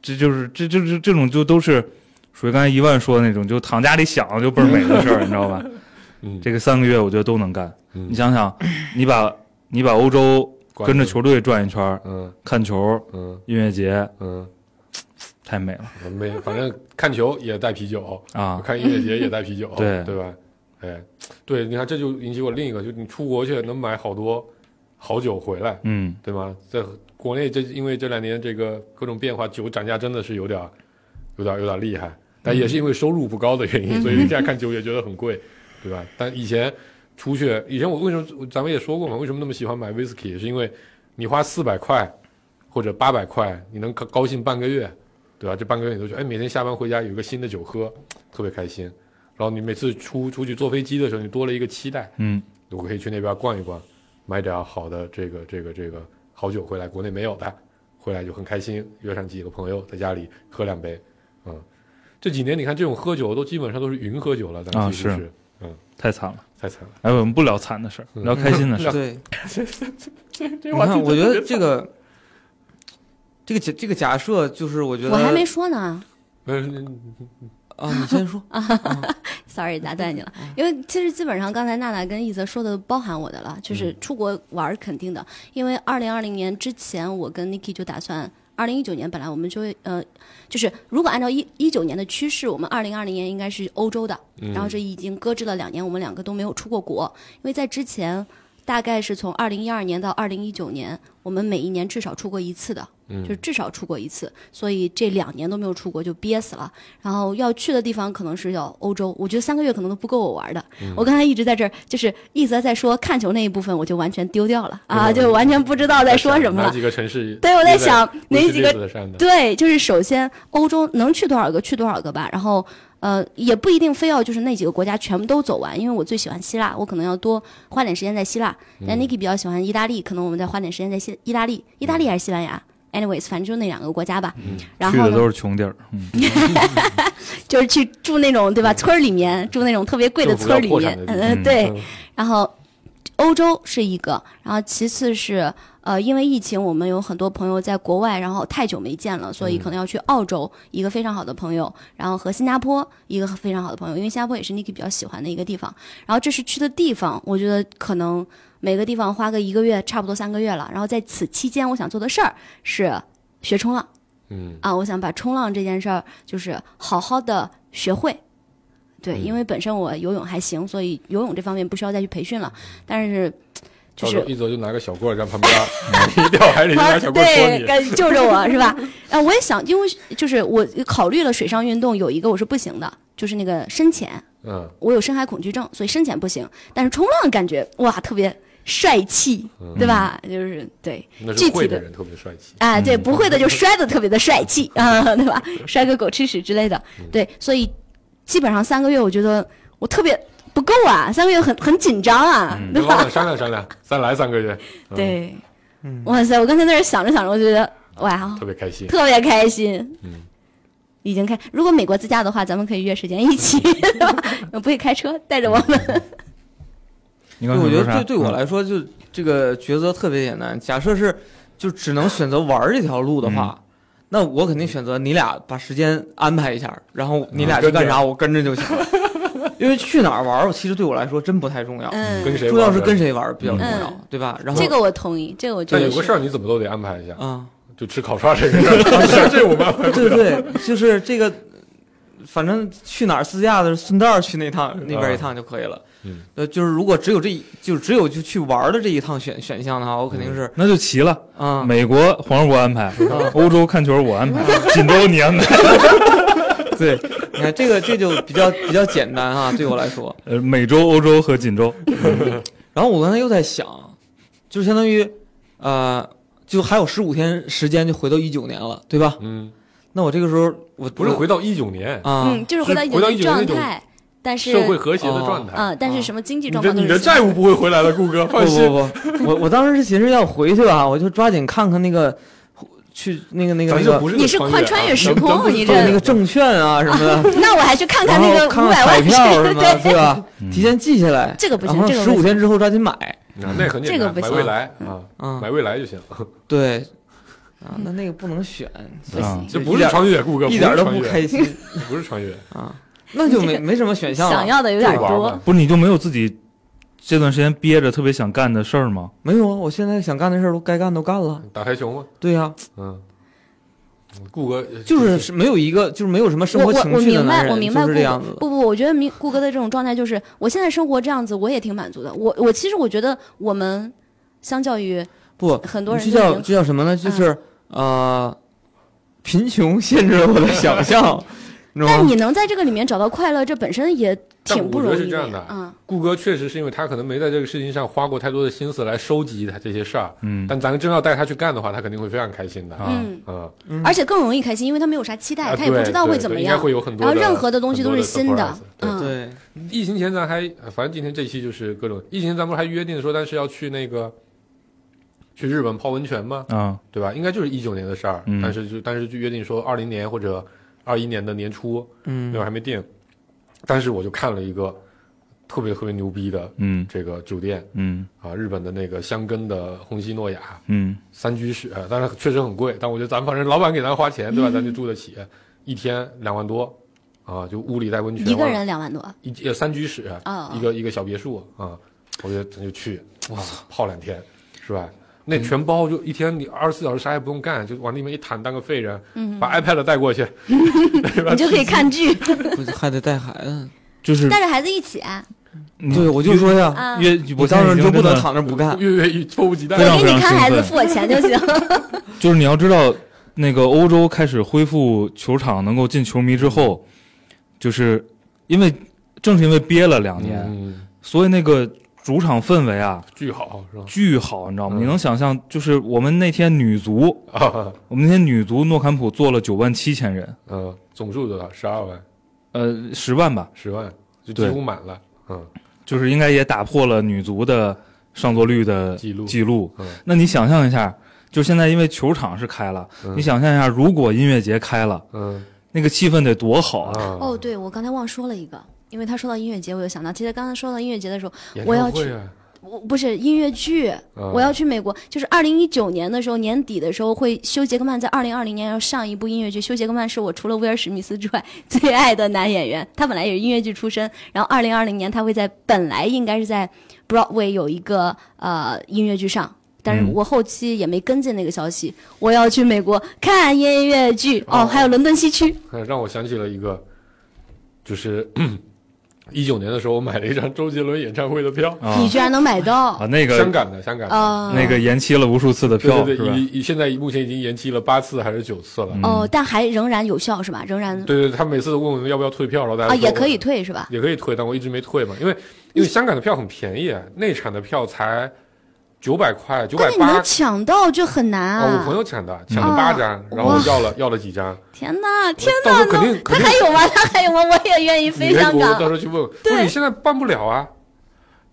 Speaker 2: 这就是这这这这种就都是属于刚才一万说的那种，就躺家里想就倍儿美的事儿，你知道吧？
Speaker 3: 嗯，
Speaker 2: 这个三个月我觉得都能干。
Speaker 3: 嗯
Speaker 2: 你想想，你把你把欧洲跟着
Speaker 3: 关注，
Speaker 2: 球队转一圈儿，
Speaker 3: 嗯
Speaker 2: 看球、
Speaker 3: 嗯
Speaker 2: 音乐节，
Speaker 3: 嗯，
Speaker 2: 太美了
Speaker 3: 没，反正看球也带啤酒，
Speaker 2: 啊！
Speaker 3: 看音乐节也带啤酒，
Speaker 2: 对
Speaker 3: 对吧？哎，对，你看这就引起我另一个，就你出国去能买好多好酒回来，
Speaker 2: 嗯，
Speaker 3: 对吗？在国内这因为这两年这个各种变化，酒涨价真的是有点儿，有点儿有点儿厉害，但也是因为收入不高的原因，所以现在看酒也觉得很贵，对吧？但以前出去，以前我为什么咱们也说过嘛，为什么那么喜欢买 whisky，是因为你花四百块或者八百块，你能高高兴半个月，对吧？这半个月你都觉得哎，每天下班回家有一个新的酒喝，特别开心。然后你每次出出去坐飞机的时候，你多了一个期待，
Speaker 2: 嗯，
Speaker 3: 我可以去那边逛一逛，买点好的这个这个这个好酒回来，国内没有的，回来就很开心，约上几个朋友在家里喝两杯，嗯，这几年你看这种喝酒都基本上都是云喝酒了，咱
Speaker 2: 啊
Speaker 3: 们几乎
Speaker 2: 是
Speaker 3: 是
Speaker 2: 太惨了。
Speaker 3: 太惨了，
Speaker 2: 哎，我们不聊惨的事儿，
Speaker 3: 嗯
Speaker 2: 聊开心的事儿。
Speaker 1: 对，
Speaker 3: 这
Speaker 1: 你看，嗯我觉得这个这个假这个假设就是，我觉得
Speaker 4: 我还没说呢
Speaker 3: 嗯
Speaker 1: 啊，你先说，
Speaker 4: ，sorry 打断你了，因为其实基本上刚才娜娜跟一泽说的包含我的了，就是出国玩儿肯定的，因为二零二零年之前，我跟 Niki 就打算。二零一九年本来我们就会呃，就是如果按照一一九年的趋势，我们二零二零年应该是欧洲的，然后这已经搁置了两年，我们两个都没有出过国，因为在之前大概是从二零一二年到二零一九年，我们每一年至少出国一次的，就是至少出国一次，所以这两年都没有出国就憋死了。然后要去的地方可能是要欧洲，我觉得三个月可能都不够我玩的。我刚才一直在这儿，就是一直在说看球那一部分，我就完全丢掉了啊，就完全不知道在说什么
Speaker 3: 哪
Speaker 4: 了。
Speaker 3: 几个城市？
Speaker 4: 对，我在想哪几个
Speaker 3: 个上的？
Speaker 4: 对，就是首先欧洲能去多少个去多少个吧，然后呃也不一定非要就是那几个国家全部都走完，因为我最喜欢希腊，我可能要多花点时间在希腊。
Speaker 3: 嗯
Speaker 4: 但 Niki 比较喜欢意大利，可能我们再花点时间在希意大利，意大利还是西班牙。Anyways，反正就那两个国家吧。
Speaker 3: 嗯
Speaker 4: 然
Speaker 2: 去
Speaker 4: 后
Speaker 2: 的
Speaker 4: 呢
Speaker 2: 都，是穷地儿，嗯，
Speaker 4: 就是去住那种对吧，村儿里面住那种特别贵的
Speaker 3: 政府
Speaker 4: 村儿
Speaker 3: 要
Speaker 4: 里
Speaker 3: 破产
Speaker 4: 面，
Speaker 3: 的地
Speaker 4: 嗯、呃，
Speaker 2: 方
Speaker 4: 对。
Speaker 3: 嗯
Speaker 4: 然后欧洲是一个，然后其次是呃，因为疫情，我们有很多朋友在国外，然后太久没见了，所以可能要去澳洲，一个非常好的朋友，然后和新加坡一个非常好的朋友，因为新加坡也是 Niki 比较喜欢的一个地方。然后这是去的地方，我觉得可能每个地方花个一个月，差不多三个月了。然后在此期间，我想做的事儿是学冲浪。
Speaker 3: 嗯，
Speaker 4: 啊，我想把冲浪这件事儿就是好好的学会。对，因为本身我游泳还行，所以游泳这方面不需要再去培训了。但是就
Speaker 3: 到
Speaker 4: 是
Speaker 3: 时候一走就拿个小棍儿在旁 边 一掉海里，就
Speaker 1: 啊
Speaker 3: 拿小棍儿戳
Speaker 4: 对，
Speaker 3: 你。
Speaker 4: 跟救着我是吧？ 啊，我也想，因为就是我考虑了水上运动，有一个我是不行的，就是那个深潜，
Speaker 3: 嗯
Speaker 4: 我有深海恐惧症，所以深潜不行。但是冲浪感觉哇，特别帅气，对吧？就是对，
Speaker 3: 那
Speaker 4: 具
Speaker 3: 是
Speaker 4: 体
Speaker 3: 会的
Speaker 4: 的
Speaker 3: 人特别帅气。
Speaker 4: 啊，对，不会的就摔得特别的 帅气啊，对吧？摔个狗吃屎之类的，
Speaker 3: 嗯
Speaker 4: 对，所以基本上三个月，我觉得我特别不够啊，三个月很很紧张啊，对
Speaker 3: 跟老
Speaker 4: 吧？
Speaker 3: 板商量商量，再来三个月，嗯，
Speaker 4: 对，哇塞，我刚才在这想着想着，我觉得哇，哦
Speaker 3: 特别开心。
Speaker 4: 特别开心，
Speaker 3: 嗯，
Speaker 4: 已经开。如果美国自驾的话，咱们可以约时间一 起，对吧？不会开车，带着我们，
Speaker 2: 你
Speaker 1: 对，
Speaker 2: 刚才
Speaker 1: 我觉
Speaker 2: 说
Speaker 1: 得
Speaker 2: 啥？
Speaker 1: 对对我
Speaker 2: 嗯
Speaker 1: 来说，就这个抉择特别简单。假设是就只能选择玩儿这条路的话，那我肯定选择你俩把时间安排一下，然后你俩去干啥，我跟着就行了。 因为去哪儿玩儿，其实对我来说真不太重要，
Speaker 4: 嗯
Speaker 3: 跟，谁玩儿？
Speaker 1: 重要是跟谁玩儿比较重要
Speaker 4: 嗯，
Speaker 1: 对吧？然后
Speaker 4: 这个我同意，这个我觉
Speaker 3: 但
Speaker 4: 得
Speaker 3: 有个
Speaker 4: 是
Speaker 3: 事儿你怎么都得安排一下，
Speaker 1: 啊。
Speaker 3: 就吃烤串这个事 儿，啊这我们安排不
Speaker 1: 对
Speaker 3: 了。
Speaker 1: 对，就是这个，反正去哪儿自驾的顺道儿去那趟那边儿一趟就可以了。
Speaker 3: 嗯，
Speaker 1: 呃，就是如果只有这一，就只有就去玩儿的这一趟选选项的话，我肯定是
Speaker 2: 那就齐了。
Speaker 1: 啊，
Speaker 2: 美国黄世博安排，
Speaker 1: 嗯
Speaker 2: 欧洲看球我安 排，锦州你安排。对，
Speaker 1: 你看这个这就比较比较简单啊，对我来说。
Speaker 2: 呃，美洲、欧洲和锦州，
Speaker 1: 然后我刚才又在想，就相当于，呃，就还有十五天时间就回到一九年了，对吧？
Speaker 3: 嗯，
Speaker 1: 那我这个时候我
Speaker 3: 不是回到一九年
Speaker 1: 啊，
Speaker 4: 嗯， 就是回到
Speaker 3: 是回到
Speaker 4: 一
Speaker 3: 一
Speaker 4: 种
Speaker 3: 种那
Speaker 4: 状
Speaker 3: 种
Speaker 4: 态，但是
Speaker 3: 社会和谐的状态，
Speaker 4: 嗯，但是
Speaker 1: 啊
Speaker 4: 什么经济
Speaker 3: 你
Speaker 4: 状
Speaker 3: 这
Speaker 4: 况都
Speaker 3: 你
Speaker 4: 是
Speaker 3: 的
Speaker 4: 下
Speaker 3: 债务不会回 来的，顾哥，放
Speaker 1: 不
Speaker 3: 心。
Speaker 1: 不不，我我当时是寻思要回去啊，我就抓紧看看那个，去那个那个
Speaker 3: 咱
Speaker 1: 那
Speaker 3: 就
Speaker 1: 个
Speaker 3: 不是
Speaker 4: 你是快穿越时空你这
Speaker 1: 对那个证券啊什么的，
Speaker 4: 那我还去 看
Speaker 1: 然
Speaker 4: 那
Speaker 1: 后
Speaker 4: 个
Speaker 1: 看
Speaker 4: 五百
Speaker 1: 彩
Speaker 4: 万
Speaker 1: 票什么的，
Speaker 4: 对
Speaker 1: 对吧？
Speaker 3: 嗯
Speaker 1: 提前记下来，
Speaker 4: 这个不行
Speaker 1: 然后
Speaker 4: 这个不
Speaker 1: 十
Speaker 4: 行
Speaker 1: 五天之后抓紧买
Speaker 3: 啊，那很简
Speaker 4: 这个
Speaker 3: 单，
Speaker 4: 不
Speaker 3: 买
Speaker 4: 行嗯
Speaker 3: 未来啊，
Speaker 1: 啊
Speaker 3: 买！未来就 行，
Speaker 1: 对，啊，那那个不能选，
Speaker 4: 不
Speaker 2: 啊
Speaker 4: 行，
Speaker 3: 这不是穿越，顾哥，
Speaker 1: 一点
Speaker 3: 是
Speaker 1: 都
Speaker 3: 穿
Speaker 1: 不
Speaker 3: 越
Speaker 1: 开，心
Speaker 3: 不是穿越，
Speaker 1: 啊，那就
Speaker 4: 你这
Speaker 1: 没
Speaker 4: 个
Speaker 1: 没什么选项
Speaker 4: 想
Speaker 1: 了，
Speaker 4: 要的有
Speaker 3: 就
Speaker 4: 点
Speaker 3: 玩
Speaker 4: 多
Speaker 3: 嘛。。
Speaker 2: 不是你就没有自己这段时间憋着特别想干的事儿吗？
Speaker 1: 没有啊！我现在想干的事儿都该干都干了，
Speaker 3: 打台球吗？
Speaker 1: 对呀，
Speaker 3: 嗯，顾哥呃
Speaker 1: 就是是没有一个就是没有什么生活
Speaker 4: 我我
Speaker 1: 情
Speaker 4: 我
Speaker 1: 趣的
Speaker 4: 明
Speaker 1: 男
Speaker 4: 白，我
Speaker 1: 人，
Speaker 4: 明
Speaker 1: 就
Speaker 4: 白
Speaker 1: 是
Speaker 4: 顾
Speaker 1: 这样子的。
Speaker 4: 不不，我觉得明顾哥的这种状态就是，我现在生活这样子，我也挺满足的。我我其实我觉得我们相较于
Speaker 1: 不，
Speaker 4: 很多人
Speaker 1: 这
Speaker 4: 就已
Speaker 1: 叫
Speaker 4: 经
Speaker 1: 这叫什么
Speaker 4: 嗯
Speaker 1: 呢？就是、呃，贫穷限制了我的想 象，你知道
Speaker 4: 但
Speaker 1: 吗？
Speaker 4: 你能在这个里面找到快乐，这本身也挺不容
Speaker 3: 但我
Speaker 4: 易
Speaker 3: 觉得是这样的啊
Speaker 4: 嗯，
Speaker 3: 顾哥确实是因为他可能没在这个事情上花过太多的心思来收集他这些事儿，
Speaker 2: 嗯
Speaker 3: 但咱真要带他去干的话，他肯定会非常开心的。
Speaker 2: 啊
Speaker 4: 嗯，
Speaker 3: 嗯，
Speaker 4: 而且更容易开心，因为他没有啥期待，
Speaker 3: 啊
Speaker 4: 他也不
Speaker 3: 对
Speaker 4: 知道
Speaker 3: 对
Speaker 4: 会怎
Speaker 3: 对
Speaker 4: 么
Speaker 3: 应该
Speaker 4: 样。
Speaker 3: 会有很多
Speaker 4: 然
Speaker 3: 的，
Speaker 4: 后任何的东西
Speaker 3: 很多
Speaker 4: 都是新
Speaker 3: 的
Speaker 4: 的
Speaker 3: surprise，对。
Speaker 4: 嗯
Speaker 1: 对，
Speaker 3: 疫情前咱还反正今天这期就是各种疫情，咱不是还约定说，但是要去那个去日本泡温泉吗？
Speaker 2: 啊
Speaker 3: 对吧？应该就是一九年的事儿，
Speaker 2: 嗯
Speaker 3: 但是就但是就约定说二零年或者二一年的年初，那会
Speaker 1: 嗯
Speaker 3: 儿还没定。但是我就看了一个特别特别牛逼的
Speaker 2: 嗯
Speaker 3: 这个酒店
Speaker 2: 嗯
Speaker 3: 啊，日本的那个香根的虹夕诺雅
Speaker 2: 嗯
Speaker 3: 三居室，呃当然确实很贵，但我觉得咱们反正老板给咱花钱
Speaker 4: 嗯
Speaker 3: 对吧，咱就住得起，一天两万多啊，就屋里带温泉，
Speaker 4: 一个
Speaker 3: 完了
Speaker 4: 人两万多，
Speaker 3: 一呃三居室，
Speaker 4: 哦
Speaker 3: 一个一个小别墅啊，我觉得咱就去，我操，泡两天，是吧？那全包就一天，你二十四小时啥也不用干，就往那边一躺，当个废人，
Speaker 4: 嗯
Speaker 3: 把 iPad 带 过去，
Speaker 4: 你就可以 看剧，
Speaker 1: 不是还得带孩 子。
Speaker 2: 就是
Speaker 4: 带着孩子一起啊。
Speaker 2: 你
Speaker 1: 对，我就说呀，
Speaker 4: 啊
Speaker 2: 越
Speaker 1: 我
Speaker 2: 我
Speaker 1: 当时就不能躺
Speaker 2: 躺。
Speaker 1: 着不 干。
Speaker 3: 月月一迫不及待
Speaker 4: 我。
Speaker 2: 非常
Speaker 4: 给你看孩子，
Speaker 2: 兴奋
Speaker 4: 付我钱就行。
Speaker 2: 就是你要知道，那个欧洲开始恢复球场能够进球迷之后，就是因为正是因为憋了两年，
Speaker 3: 嗯，
Speaker 2: 所以那个主场氛围啊
Speaker 3: 巨好是吧？
Speaker 2: 巨好，你知道吗？
Speaker 3: 嗯
Speaker 2: 你能想象，就是我们那天女足，
Speaker 3: 啊，
Speaker 2: 我们那天女足诺坎普坐了九万七千人，
Speaker 3: 嗯，总数多少？十二万，
Speaker 2: 呃，十万吧，
Speaker 3: 十万，就几
Speaker 2: 对
Speaker 3: 乎满了。嗯，
Speaker 2: 就是应该也打破了女足的上座率的
Speaker 3: 记录
Speaker 2: 记录。
Speaker 3: 嗯
Speaker 2: 那你想象一下，就现在因为球场是开了，
Speaker 3: 嗯
Speaker 2: 你想象一下，如果音乐节开了，
Speaker 3: 嗯
Speaker 2: 那个气氛得多好啊！
Speaker 3: 啊，
Speaker 4: 哦，对，我刚才忘说了一个，因为他说到音乐节，我就想到，其实刚才说到音乐节的时候，
Speaker 3: 演
Speaker 4: 我要
Speaker 3: 唱会啊，
Speaker 4: 我不是音乐剧，
Speaker 3: 嗯
Speaker 4: 我要去美国，就是二零一九年的时候，年底的时候会修杰克曼在二零二零年要上一部音乐剧。修杰克曼是我除了威尔史密斯之外 最爱的男演员，他本来也是音乐剧出身。然后二零二零年他会在本来应该是在 Broadway 有一个呃音乐剧上，但是
Speaker 2: 嗯
Speaker 4: 我后期也没跟进那个消息。我要去美国看音乐剧哦，
Speaker 3: 哦
Speaker 4: 还有伦敦西区，
Speaker 3: 呃让我想起了一个，就是 一九年的时候，我买了一张周杰伦演唱会的票，
Speaker 2: 啊
Speaker 4: 你居然能买
Speaker 2: 啊，
Speaker 4: 到
Speaker 2: 那个
Speaker 3: 香港的，香港的。
Speaker 4: 啊、
Speaker 2: 那个延期了无数次的票
Speaker 3: 对对
Speaker 2: 是
Speaker 3: 对，
Speaker 2: 吧？
Speaker 3: 已已现在目前已经延期了八次还是九次了。
Speaker 4: 哦，但还仍然有效是吧？仍然
Speaker 3: 嗯对对，他每次都问我们要不要退票，然后大家
Speaker 4: 啊
Speaker 3: 说
Speaker 4: 也可以
Speaker 3: 我，
Speaker 4: 退是吧？
Speaker 3: 也可以退，但我一直没退嘛，因为因为香港的票很便宜，啊内产的票才九百块，九百
Speaker 4: 但是你
Speaker 3: 八
Speaker 4: 能。抢到就很难
Speaker 3: 啊，
Speaker 4: 啊！
Speaker 3: 我朋友抢的，抢了八张，然后我要了要了几张，
Speaker 4: 天哪，天
Speaker 3: 到时
Speaker 4: 哪，
Speaker 3: 候肯定
Speaker 4: 他
Speaker 3: 肯定
Speaker 4: 还有吗？他还有吗？我也愿意飞
Speaker 3: 你在
Speaker 4: 香
Speaker 3: 国到时
Speaker 4: 港。
Speaker 3: 候去问，不是你现在办不了啊，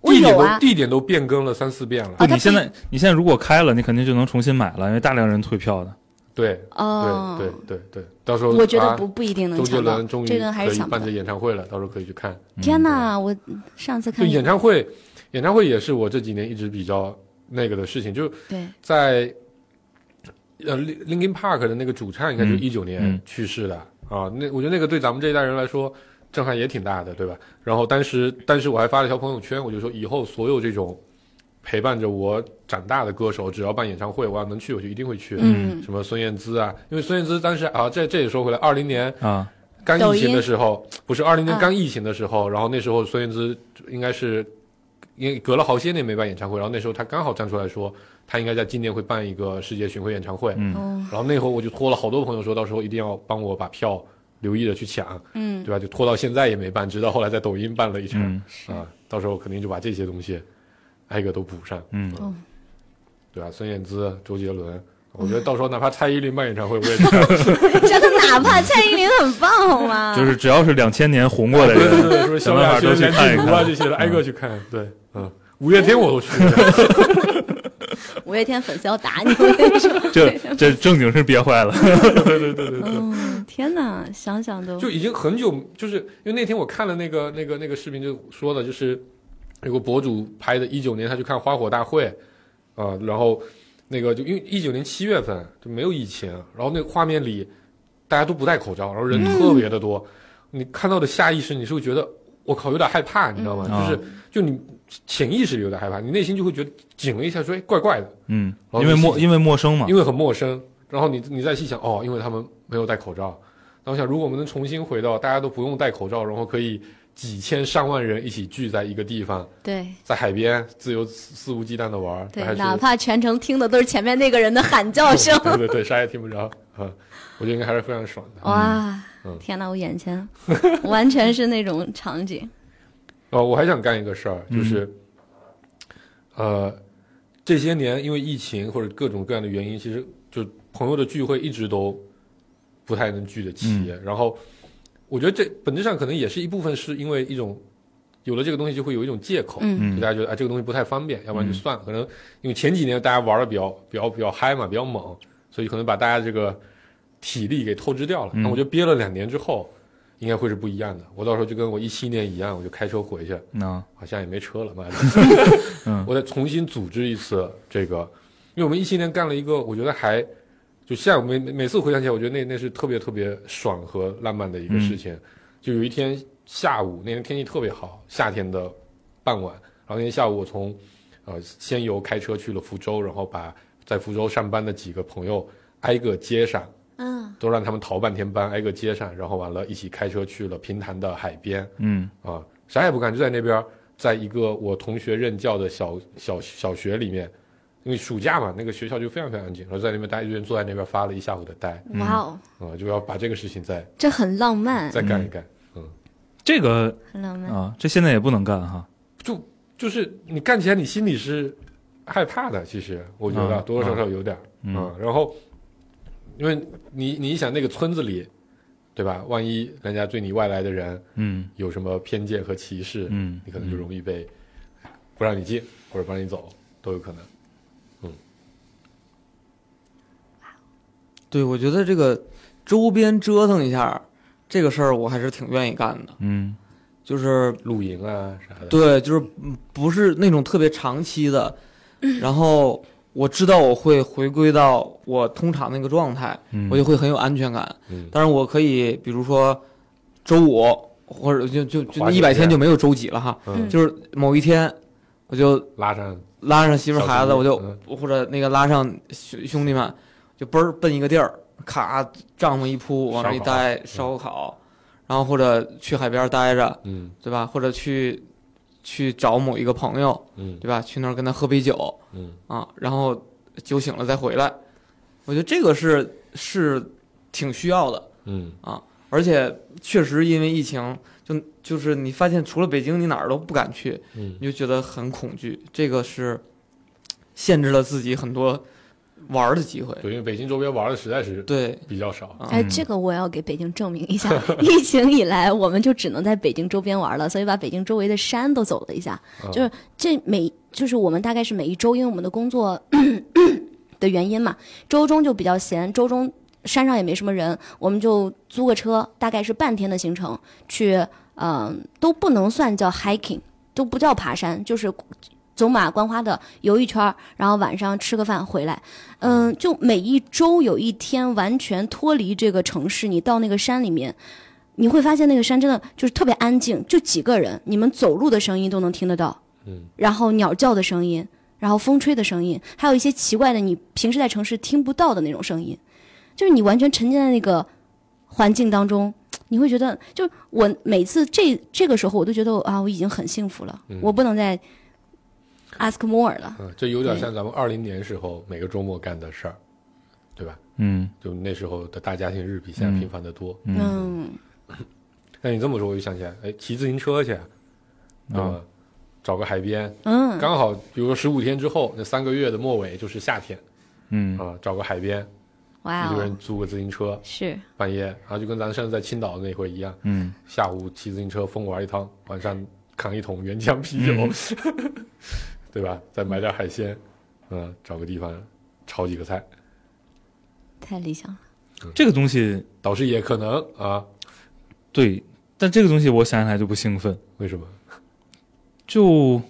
Speaker 4: 我
Speaker 3: 地点
Speaker 4: 有
Speaker 3: 都
Speaker 4: 啊
Speaker 3: 地点都变更了三四遍了
Speaker 4: 啊，他
Speaker 2: 你现
Speaker 4: 不
Speaker 2: 在你现在如果开了，你肯定就能重新买了，因为大量人退票的。
Speaker 3: 对
Speaker 4: 哦，
Speaker 3: 对对对对，到时候
Speaker 4: 我觉得
Speaker 3: 啊
Speaker 4: 不不一定能
Speaker 3: 周杰
Speaker 4: 抢到
Speaker 3: 伦终，于
Speaker 4: 这个还
Speaker 3: 可
Speaker 4: 是
Speaker 3: 以
Speaker 4: 抢不
Speaker 3: 办
Speaker 4: 到
Speaker 3: 这。演嗯唱会了，到时候可以去看。
Speaker 4: 天哪，我上次
Speaker 3: 就
Speaker 4: 看
Speaker 3: 演唱会，演唱会也是我这几年一直比较那个的事情，就
Speaker 4: 对，
Speaker 3: 在呃林 Linkin Park 的那个主唱应该就是
Speaker 2: 嗯
Speaker 3: 一九年
Speaker 2: 嗯
Speaker 3: 去世的、啊，那我觉得那个对咱们这一代人来说震撼也挺大的，对吧？然后当时当时我还发了条朋友圈，我就说以后所有这种陪伴着我长大的歌手，只要办演唱会，我要能去我就一定会去。
Speaker 4: 嗯
Speaker 3: 什么孙燕姿啊，因为孙燕姿当时啊，这这也说回来，二零年
Speaker 2: 啊，
Speaker 3: 刚
Speaker 4: 抖
Speaker 3: 疫情
Speaker 4: 音
Speaker 3: 的时候，不是二零年
Speaker 4: 啊
Speaker 3: 刚疫情的时候，然后那时候孙燕姿应该是，因为隔了好些年没办演唱会，然后那时候她刚好站出来说，她应该在今年会办一个世界巡回演唱会，
Speaker 2: 嗯
Speaker 4: 哦，
Speaker 3: 然后那会儿我就托了好多朋友说到时候一定要帮我把票留意的去抢，
Speaker 4: 嗯
Speaker 3: 对吧？就拖到现在也没办，直到后来在抖音办了一场，
Speaker 2: 嗯
Speaker 3: 啊，到时候肯定就把这些东西挨个都补上，
Speaker 2: 嗯，
Speaker 3: 对吧？孙燕姿、周杰伦，我觉得到时候哪怕蔡依林办演唱会，我也去看。
Speaker 4: 真的，哪怕蔡依林很棒好吗？
Speaker 2: 就是只要是两千年红过的
Speaker 3: 对对
Speaker 2: 人，
Speaker 3: 对，什么
Speaker 2: 哎想办法
Speaker 3: 萧亚轩、
Speaker 2: 都去
Speaker 3: 梁
Speaker 2: 看一
Speaker 3: 静茹啊
Speaker 2: 看
Speaker 3: 这。些的，挨个去看。对，嗯，五月天我都去了。
Speaker 4: 五月天粉丝要打你，我跟你说。
Speaker 2: 这这正经是憋坏了。
Speaker 4: 嗯，天哪，想想 都
Speaker 3: 就已经很久，就是因为那天我看了那个那个那个视频，就说的就是有个博主拍的，一九年他去看花火大会，啊、然后那个就因为一九年七月份就没有疫情，然后那个画面里大家都不戴口罩，然后人
Speaker 2: 嗯
Speaker 3: 特别的多，你看到的下意识你是会觉得我靠有点害怕，你知道吗？
Speaker 2: 嗯
Speaker 3: 就是就你潜意识里有点害怕，你内心就会觉得紧了一下，说哎怪怪的。
Speaker 2: 嗯，
Speaker 3: 然后
Speaker 2: 因为
Speaker 3: 就
Speaker 2: 陌
Speaker 3: 是
Speaker 2: 因为陌生嘛
Speaker 3: 因。为很陌生。然后你你再细想，哦，因为他们没有戴口罩。那我想，如果我们能重新回到大家都不用戴口罩，然后可以几千上万人一起聚在一个地方，
Speaker 4: 对
Speaker 3: 在海边自由肆肆无忌惮的玩儿，
Speaker 4: 对
Speaker 3: 还，是，
Speaker 4: 哪怕全程听的都是前面那个人的喊叫声
Speaker 3: 对对对，啥也听不着啊、我觉得应该还是非常爽的。
Speaker 4: 哇
Speaker 3: 嗯！
Speaker 4: 天哪，我眼前完全是那种场景。
Speaker 3: 哦，我还想干一个事儿，就是，呃，这些年因为疫情或者各种各样的原因，其实就朋友的聚会一直都不太能聚得齐。然后，我觉得这本质上可能也是一部分是因为一种有了这个东西就会有一种借口，
Speaker 4: 嗯，
Speaker 3: 就大家觉得啊这个东西不太方便，要不然就算了。可能因为前几年大家玩的比较比较比较嗨嘛，比较猛，所以可能把大家这个体力给透支掉了。
Speaker 2: 嗯
Speaker 3: 那、我觉得憋了两年之后，应该会是不一样的。我到时候就跟我一七年一样，我就开车回去。
Speaker 2: 那
Speaker 3: 好像也没车了， 妈的！
Speaker 2: 嗯
Speaker 3: 我得重新组织一次这个，因为我们一七年干了一个，我觉得还就现在我每每次回想起来，我觉得那那是特别特别爽和浪漫的一个事情。就有一天下午，那天天气特别好，夏天的傍晚，然后那天下午我从呃仙游开车去了福州，然后把在福州上班的几个朋友挨个接上，
Speaker 4: 嗯，
Speaker 3: 都让他们逃半天班，挨个接上，然后完了一起开车去了平潭的海边。
Speaker 2: 嗯
Speaker 3: 啊，啥也不干，就在那边，在一个我同学任教的小小小学里面，因为暑假嘛，那个学校就非常非常安静，然后在那边待一人坐在那边发了一下午的呆，
Speaker 4: 哇哦，
Speaker 3: 啊、就要把这个事情再
Speaker 4: 这很浪漫，
Speaker 3: 再干一干，
Speaker 2: 这个
Speaker 4: 很浪漫。
Speaker 2: 啊，这现在也不能干哈。
Speaker 3: 就就是你干起来，你心里是害怕的，其实我觉得啊
Speaker 2: 嗯
Speaker 3: 多多少少有点儿，
Speaker 2: 嗯
Speaker 3: 啊然后因为你你想那个村子里，对吧？万一人家对你外来的人
Speaker 2: 嗯
Speaker 3: 有什么偏见和歧视，
Speaker 2: 嗯，
Speaker 3: 你可能就容易被不让你进或者不让你走都有可能。
Speaker 1: 对，我觉得这个周边折腾一下这个事儿，我还是挺愿意干的。
Speaker 2: 嗯
Speaker 1: 就是
Speaker 3: 露营啊啥的。
Speaker 1: 对，就是嗯不是那种特别长期的，然后我知道我会回归到我通常那个状态，
Speaker 2: 嗯，
Speaker 1: 我就会很有安全感。
Speaker 3: 嗯，
Speaker 1: 当然，我可以比如说周五或者就就就
Speaker 3: 滑
Speaker 1: 那
Speaker 3: 雪
Speaker 1: 一百天就没有周几了哈，
Speaker 3: 嗯
Speaker 1: 就是某一天我就
Speaker 3: 拉上
Speaker 1: 拉上媳妇儿孩子，
Speaker 3: 小
Speaker 1: 我
Speaker 3: 情侣
Speaker 1: 就或者那个拉上兄兄弟们，就嘣儿奔一个地儿，咔帐篷一铺，往那一
Speaker 3: 烧烤
Speaker 1: 待，烧烤，然后或者去海边待着，
Speaker 3: 嗯
Speaker 1: 对吧？或者去去找某一个朋友，
Speaker 3: 嗯
Speaker 1: 对吧？去那儿跟他喝杯酒
Speaker 3: 嗯，
Speaker 1: 啊，然后酒醒了再回来，我觉得这个是是挺需要的，
Speaker 3: 嗯
Speaker 1: 而且确实因为疫情，就就是你发现除了北京，你哪儿都不敢去，
Speaker 3: 嗯，
Speaker 1: 你就觉得很恐惧，这个是限制了自己很多玩儿的机会。
Speaker 3: 对，因为北京周边玩的实在是
Speaker 1: 对，
Speaker 3: 比较少。
Speaker 1: 啊
Speaker 4: 哎，这个我要给北京证明一下。 疫情以来，我们就只能在北京周边玩了，所以把北京周围的山都走了一下。
Speaker 3: 嗯
Speaker 4: 就是这每就是我们大概是每一周，因为我们的工作 的原因嘛，周中就比较闲，周中山上也没什么人，我们就租个车，大概是半天的行程去，嗯、都不能算叫 hiking，都不叫爬山，就是走马观花的游一圈儿，然后晚上吃个饭回来。嗯，就每一周有一天完全脱离这个城市，你到那个山里面，你会发现那个山真的就是特别安静，就几个人，你们走路的声音都能听得到，
Speaker 3: 嗯，
Speaker 4: 然后鸟叫的声音，然后风吹的声音，还有一些奇怪的你平时在城市听不到的那种声音，就是你完全沉浸在那个环境当中。你会觉得，就我每次这这个时候，我都觉得啊，我已经很幸福了，我不能再 ask more 了。
Speaker 3: 嗯，这有点像咱们二零年时候每个周末干的事儿，对吧？
Speaker 2: 嗯
Speaker 3: 就那时候的大家庭日比现在频繁的多。
Speaker 2: 嗯
Speaker 4: 嗯，
Speaker 3: 那你这么说，我就想起来，哎，骑自行车去，对吧？找个海边，
Speaker 4: 嗯，
Speaker 3: 刚好，比如说十五天之后，那三个月的末尾就是夏天
Speaker 2: 嗯
Speaker 3: 啊，找个海边，
Speaker 4: 哇
Speaker 3: 一个
Speaker 4: 哦，
Speaker 3: 人租个自行车，
Speaker 4: 是
Speaker 3: 半夜，然后就跟咱上次在青岛那回一样，
Speaker 2: 嗯
Speaker 3: 下午骑自行车疯玩一趟，晚上扛一桶原浆啤酒，
Speaker 2: 嗯
Speaker 3: 对吧？再买点海鲜，嗯，找个地方炒几个菜，
Speaker 4: 太理想了。
Speaker 2: 这个东西
Speaker 3: 倒是也可能啊。
Speaker 2: 对，但这个东西我想起来就不兴奋，
Speaker 3: 为什么？
Speaker 2: 就
Speaker 4: 有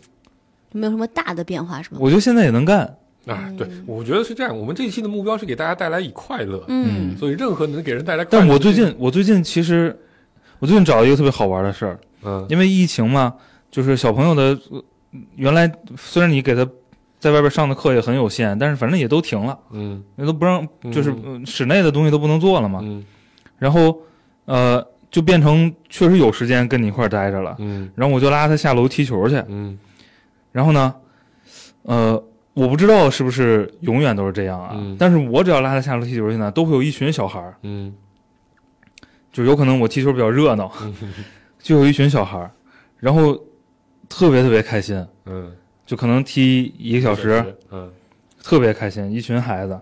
Speaker 4: 没有什么大的变化是吗？
Speaker 2: 我觉得现在也能干，
Speaker 3: 啊，对，我觉得是这样。我们这一期的目标是给大家带来以快乐，
Speaker 4: 嗯，
Speaker 3: 所以任何能给人带来快乐。
Speaker 2: 但我最，近我最近其实我最近找了一个特别好玩的事儿，
Speaker 3: 嗯
Speaker 2: 因为疫情嘛，就是小朋友的呃原来虽然你给他在外边上的课也很有限，但是反正也都停了，
Speaker 3: 嗯
Speaker 2: 那都不让，就是
Speaker 3: 嗯
Speaker 2: 呃室内的东西都不能做了嘛。
Speaker 3: 嗯
Speaker 2: 然后，呃，就变成确实有时间跟你一块儿待着了。
Speaker 3: 嗯
Speaker 2: 然后我就拉他下楼踢球去。
Speaker 3: 嗯
Speaker 2: 然后呢，呃，我不知道是不是永远都是这样啊，
Speaker 3: 嗯
Speaker 2: 但是我只要拉他下楼踢球去呢，都会有一群小孩儿，
Speaker 3: 嗯
Speaker 2: 就有可能我踢球比较热闹，
Speaker 3: 嗯
Speaker 2: 就有一群小孩儿，然后特别特别开心，
Speaker 3: 嗯，
Speaker 2: 就可能踢一个小时，，
Speaker 3: 嗯
Speaker 2: 特别开心，一群孩子。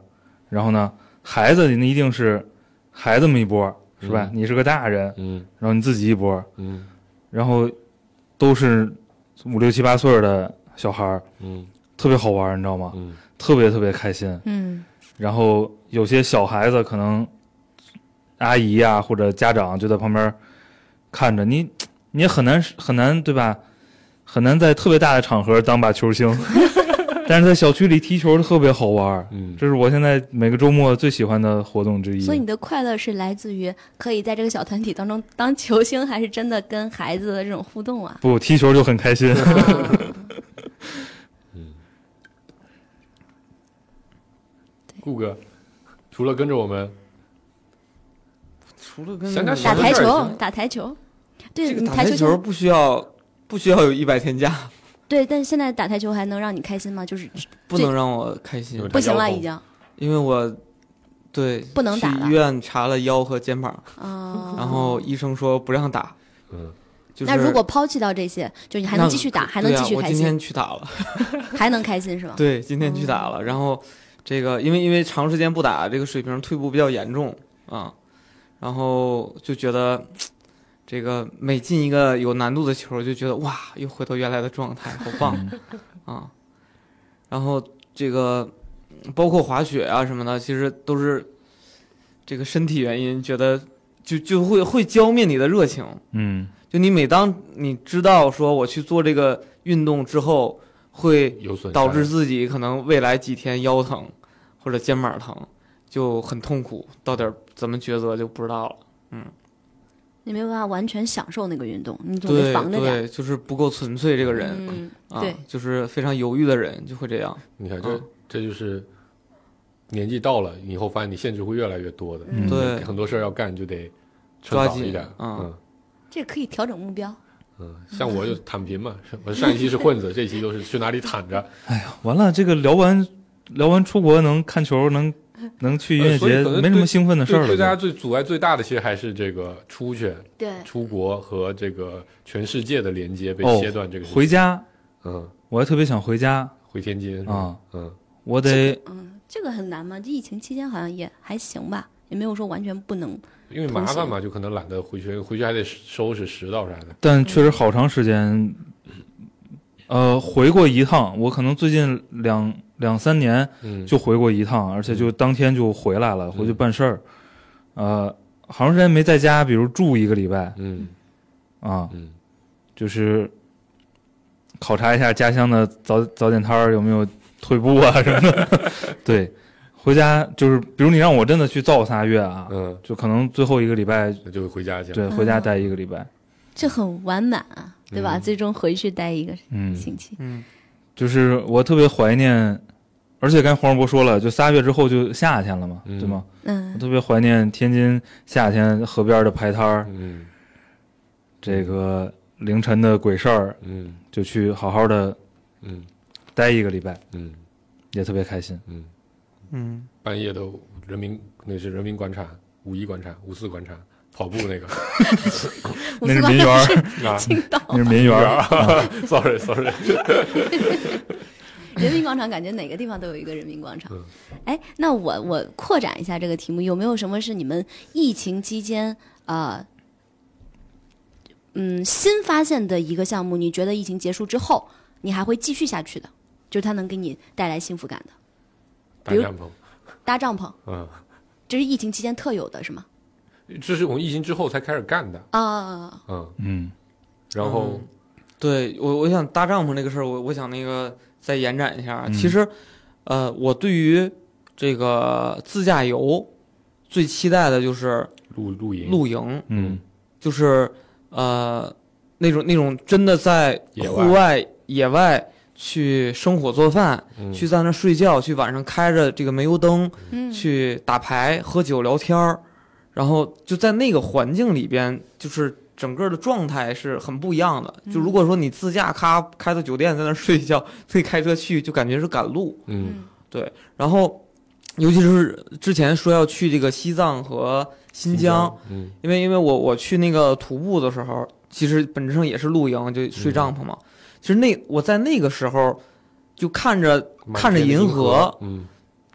Speaker 2: 然后呢，孩子那一定是孩子们一波，是吧？你是个大人，
Speaker 3: 嗯
Speaker 2: 然后你自己一波，
Speaker 3: 嗯
Speaker 2: 然后都是五六七八岁儿的小孩儿，
Speaker 3: 嗯
Speaker 2: 特别好玩儿，你知道吗？
Speaker 3: 嗯
Speaker 2: 特别特别开心。
Speaker 4: 嗯
Speaker 2: 然后有些小孩子可能阿姨呀、或者家长就在旁边看着你，你也很难很难对吧？很难在特别大的场合当把球星，但是在小区里踢球特别好玩儿，
Speaker 3: 嗯
Speaker 2: 这是我现在每个周末最喜欢的活动之一。
Speaker 4: 所以你的快乐是来自于可以在这个小团体当中当球星，还是真的跟孩子的这种互 动啊？
Speaker 2: 不踢球就很开心。
Speaker 3: 顾哥，除了跟着我们，
Speaker 1: 除了跟
Speaker 3: 想点
Speaker 4: 打
Speaker 3: 小的
Speaker 4: 台
Speaker 3: 事儿
Speaker 4: 球
Speaker 3: 行，
Speaker 4: 打台球，对，
Speaker 1: 这个
Speaker 4: 你
Speaker 1: 打台
Speaker 4: 球
Speaker 1: 球不需要不需要有一百天假，
Speaker 4: 对，但是现在打台球还能让你开心吗？就是
Speaker 1: 不能让我开心
Speaker 3: 对，
Speaker 4: 不行
Speaker 3: 腰
Speaker 4: 了，
Speaker 3: 痛
Speaker 4: 已经。
Speaker 1: 因为我对
Speaker 4: 不能打了
Speaker 1: 去医院查了腰和肩膀，
Speaker 4: 哦，
Speaker 1: 然后医生说不让打，
Speaker 3: 嗯
Speaker 1: 就是
Speaker 4: 那如果抛弃掉这些，就你还能继续打，还能
Speaker 1: 对
Speaker 4: 继续
Speaker 1: 啊、我
Speaker 4: 开
Speaker 1: 今
Speaker 4: 心，
Speaker 1: 天去打了，
Speaker 4: 还能开心是吗？
Speaker 1: 对，今天去打了，然后这个因为因为长时间不打，这个水平退步比较严重啊，然后就觉得。这个每进一个有难度的球，就觉得哇，又回到原来的状态，好棒！
Speaker 2: 嗯
Speaker 1: 啊，然后这个嗯包括滑雪啊什么的，其实都是这个身体原因，觉得就就会会浇灭你的热情。
Speaker 2: 嗯
Speaker 1: 就你每当你知道说我去做这个运动之后，会
Speaker 3: 有损
Speaker 1: 导致
Speaker 3: 伤
Speaker 1: 自己可能未来几天腰疼或者肩膀疼，就很痛苦，到底儿怎么抉择就不知道了。
Speaker 4: 你没有办法完全享受那个运动，你总得
Speaker 1: 对
Speaker 4: 防着点儿。
Speaker 1: 对，就是不够纯粹这个人、
Speaker 4: 嗯，
Speaker 1: 啊
Speaker 4: 对，
Speaker 1: 就是非常犹豫的人就会这样。
Speaker 3: 你看
Speaker 1: 啊
Speaker 2: 嗯
Speaker 3: 这这就是年纪到了以后，发现你限制会越来越多的，
Speaker 2: 嗯
Speaker 1: 对
Speaker 3: 很多事儿要干你就得趁
Speaker 1: 抓
Speaker 3: 早
Speaker 1: 紧
Speaker 3: 一点，
Speaker 1: 嗯
Speaker 3: 嗯。
Speaker 4: 这可以调整目标。
Speaker 3: 嗯，像我就躺平嘛，是我上一期是混子， 这一期就是去哪里躺着，
Speaker 2: 完了，这个聊完聊完出国能看球，能能去音乐
Speaker 3: 呃所以
Speaker 2: 节，
Speaker 3: 可能
Speaker 2: 没什么兴奋的事儿
Speaker 3: 对对大家
Speaker 2: 了。
Speaker 3: 最阻碍最大的，其实还是这个出去、
Speaker 4: 对，
Speaker 3: 出国和这个全世界的连接被
Speaker 2: 哦
Speaker 3: 切断。这个事情
Speaker 2: 回家，
Speaker 3: 嗯，
Speaker 2: 我还特别想回家，
Speaker 3: 回天津是吧
Speaker 2: 啊，
Speaker 3: 嗯
Speaker 2: 我得
Speaker 4: 嗯，这个很难吗？这疫情期间好像也还行吧，也没有说完全不能。
Speaker 3: 因为麻烦嘛，就可能懒得回去，回去还得收拾拾掇啥的。
Speaker 2: 但确实好长时间，呃，回过一趟，我可能最近两两三年
Speaker 3: 嗯，
Speaker 2: 就回过一趟，而且就当天就回来了，回去办事儿。呃，好长时间没在家，比如住一个礼拜
Speaker 3: 嗯
Speaker 2: 啊，
Speaker 3: 嗯
Speaker 2: 就是考察一下家乡的早早点摊儿有没有退步啊什么的。 对，回家就是，比如你让我真的去造仨月啊，
Speaker 3: 嗯，
Speaker 2: 就可能最后一个礼拜，
Speaker 3: 那就回家去。
Speaker 2: 对，回家待一个礼拜。
Speaker 4: 这很完满啊，对吧？最终回去待一个
Speaker 2: 嗯，
Speaker 4: 星期，
Speaker 1: 嗯。
Speaker 2: 就是我特别怀念，而且刚才黄世博说了，就仨月之后就夏天了嘛，
Speaker 3: 嗯
Speaker 2: 对吗？我
Speaker 4: 嗯，
Speaker 2: 特别怀念天津夏天河边的排摊儿，
Speaker 3: 嗯
Speaker 2: 这个凌晨的鬼事儿，
Speaker 3: 嗯
Speaker 2: 就去好好的
Speaker 3: 嗯
Speaker 2: 待一个礼拜，
Speaker 3: 嗯
Speaker 2: 也特别开心。
Speaker 3: 嗯，
Speaker 1: 嗯，
Speaker 3: 半夜的人民那是人民广场、五一广场、五四广场跑步 那个
Speaker 4: 我
Speaker 2: 那
Speaker 4: 四
Speaker 2: 是
Speaker 4: 八
Speaker 2: 民园儿，
Speaker 3: 啊。
Speaker 4: 青岛
Speaker 2: 那是民园儿。
Speaker 3: sorry sorry，
Speaker 4: 人民广场，感觉哪个地方都有一个人民广场
Speaker 3: 嗯。
Speaker 4: 哎，那我我扩展一下这个题目，有没有什么是你们疫情期间呃，嗯，新发现的一个项目？你觉得疫情结束之后，你还会继续下去的？就它能给你带来幸福感的，
Speaker 3: 大帐篷，
Speaker 4: 搭帐篷，
Speaker 3: 嗯，
Speaker 4: 这是疫情期间特有的，是吗？
Speaker 3: 这是我们疫情之后才开始干的，
Speaker 4: 啊，
Speaker 3: 嗯，
Speaker 2: 嗯，
Speaker 3: 然后
Speaker 1: 嗯对我，我想搭帐篷这个事儿，我我想那个再延展一下。
Speaker 2: 嗯
Speaker 1: 其实，呃，我对于这个自驾游最期待的就是
Speaker 3: 露露营，
Speaker 1: 露营，
Speaker 2: 嗯
Speaker 1: 就是呃那种那种真的在
Speaker 3: 野外
Speaker 1: 户外野外去生火做饭，
Speaker 3: 嗯
Speaker 1: 去在那儿睡觉，去晚上开着这个煤油灯，
Speaker 4: 嗯，
Speaker 1: 去打牌、喝酒、聊天儿，然后就在那个环境里边，就是整个的状态是很不一样的。就如果说你自驾咔开到酒店在那儿睡一觉， 自己开车去，就感觉是赶路。
Speaker 3: 嗯
Speaker 4: 嗯
Speaker 1: 然后，尤其是之前说要去这个西藏和新疆，
Speaker 3: 嗯
Speaker 1: 因为因为我我去那个徒步的时候，其实本质上也是露营，就睡帐篷嘛。其实那我在那个时候就看着看着银河，
Speaker 3: 嗯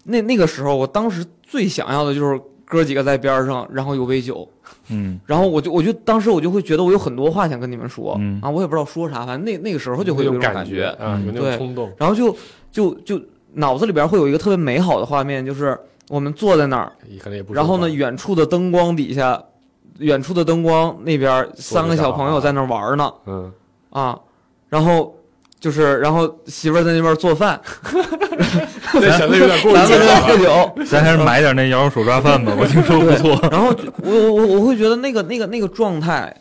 Speaker 1: 那那个时候，我当时最想要的就是哥几个在边上，然后有杯酒，
Speaker 2: 嗯
Speaker 1: 然后我就我就当时我就会觉得我有很多话想跟你们说、
Speaker 2: 嗯
Speaker 1: 啊，我也不知道说啥，反正那那个时候
Speaker 3: 那
Speaker 1: 就会有
Speaker 3: 种
Speaker 1: 这种
Speaker 3: 感
Speaker 1: 觉，嗯
Speaker 3: 啊，有那种
Speaker 1: 对
Speaker 3: 冲动，
Speaker 1: 然后就就就脑子里边会有一个特别美好的画面，就是我们坐在那儿，
Speaker 3: 也可能也不说
Speaker 1: 然后呢，
Speaker 3: 话，
Speaker 1: 远处的灯光底下，远处的灯光那边三个小朋友在那儿玩呢
Speaker 3: 嗯，
Speaker 1: 啊，然后。就是，然后媳妇儿在那边做饭，
Speaker 3: 这显得有点过
Speaker 1: 咱们
Speaker 3: 激
Speaker 1: 在那
Speaker 3: 了
Speaker 1: 喝酒，
Speaker 2: 咱还是买点那羊肉手抓饭吧，我听说不错。
Speaker 1: 然后就我我我我会觉得那个那个那个状态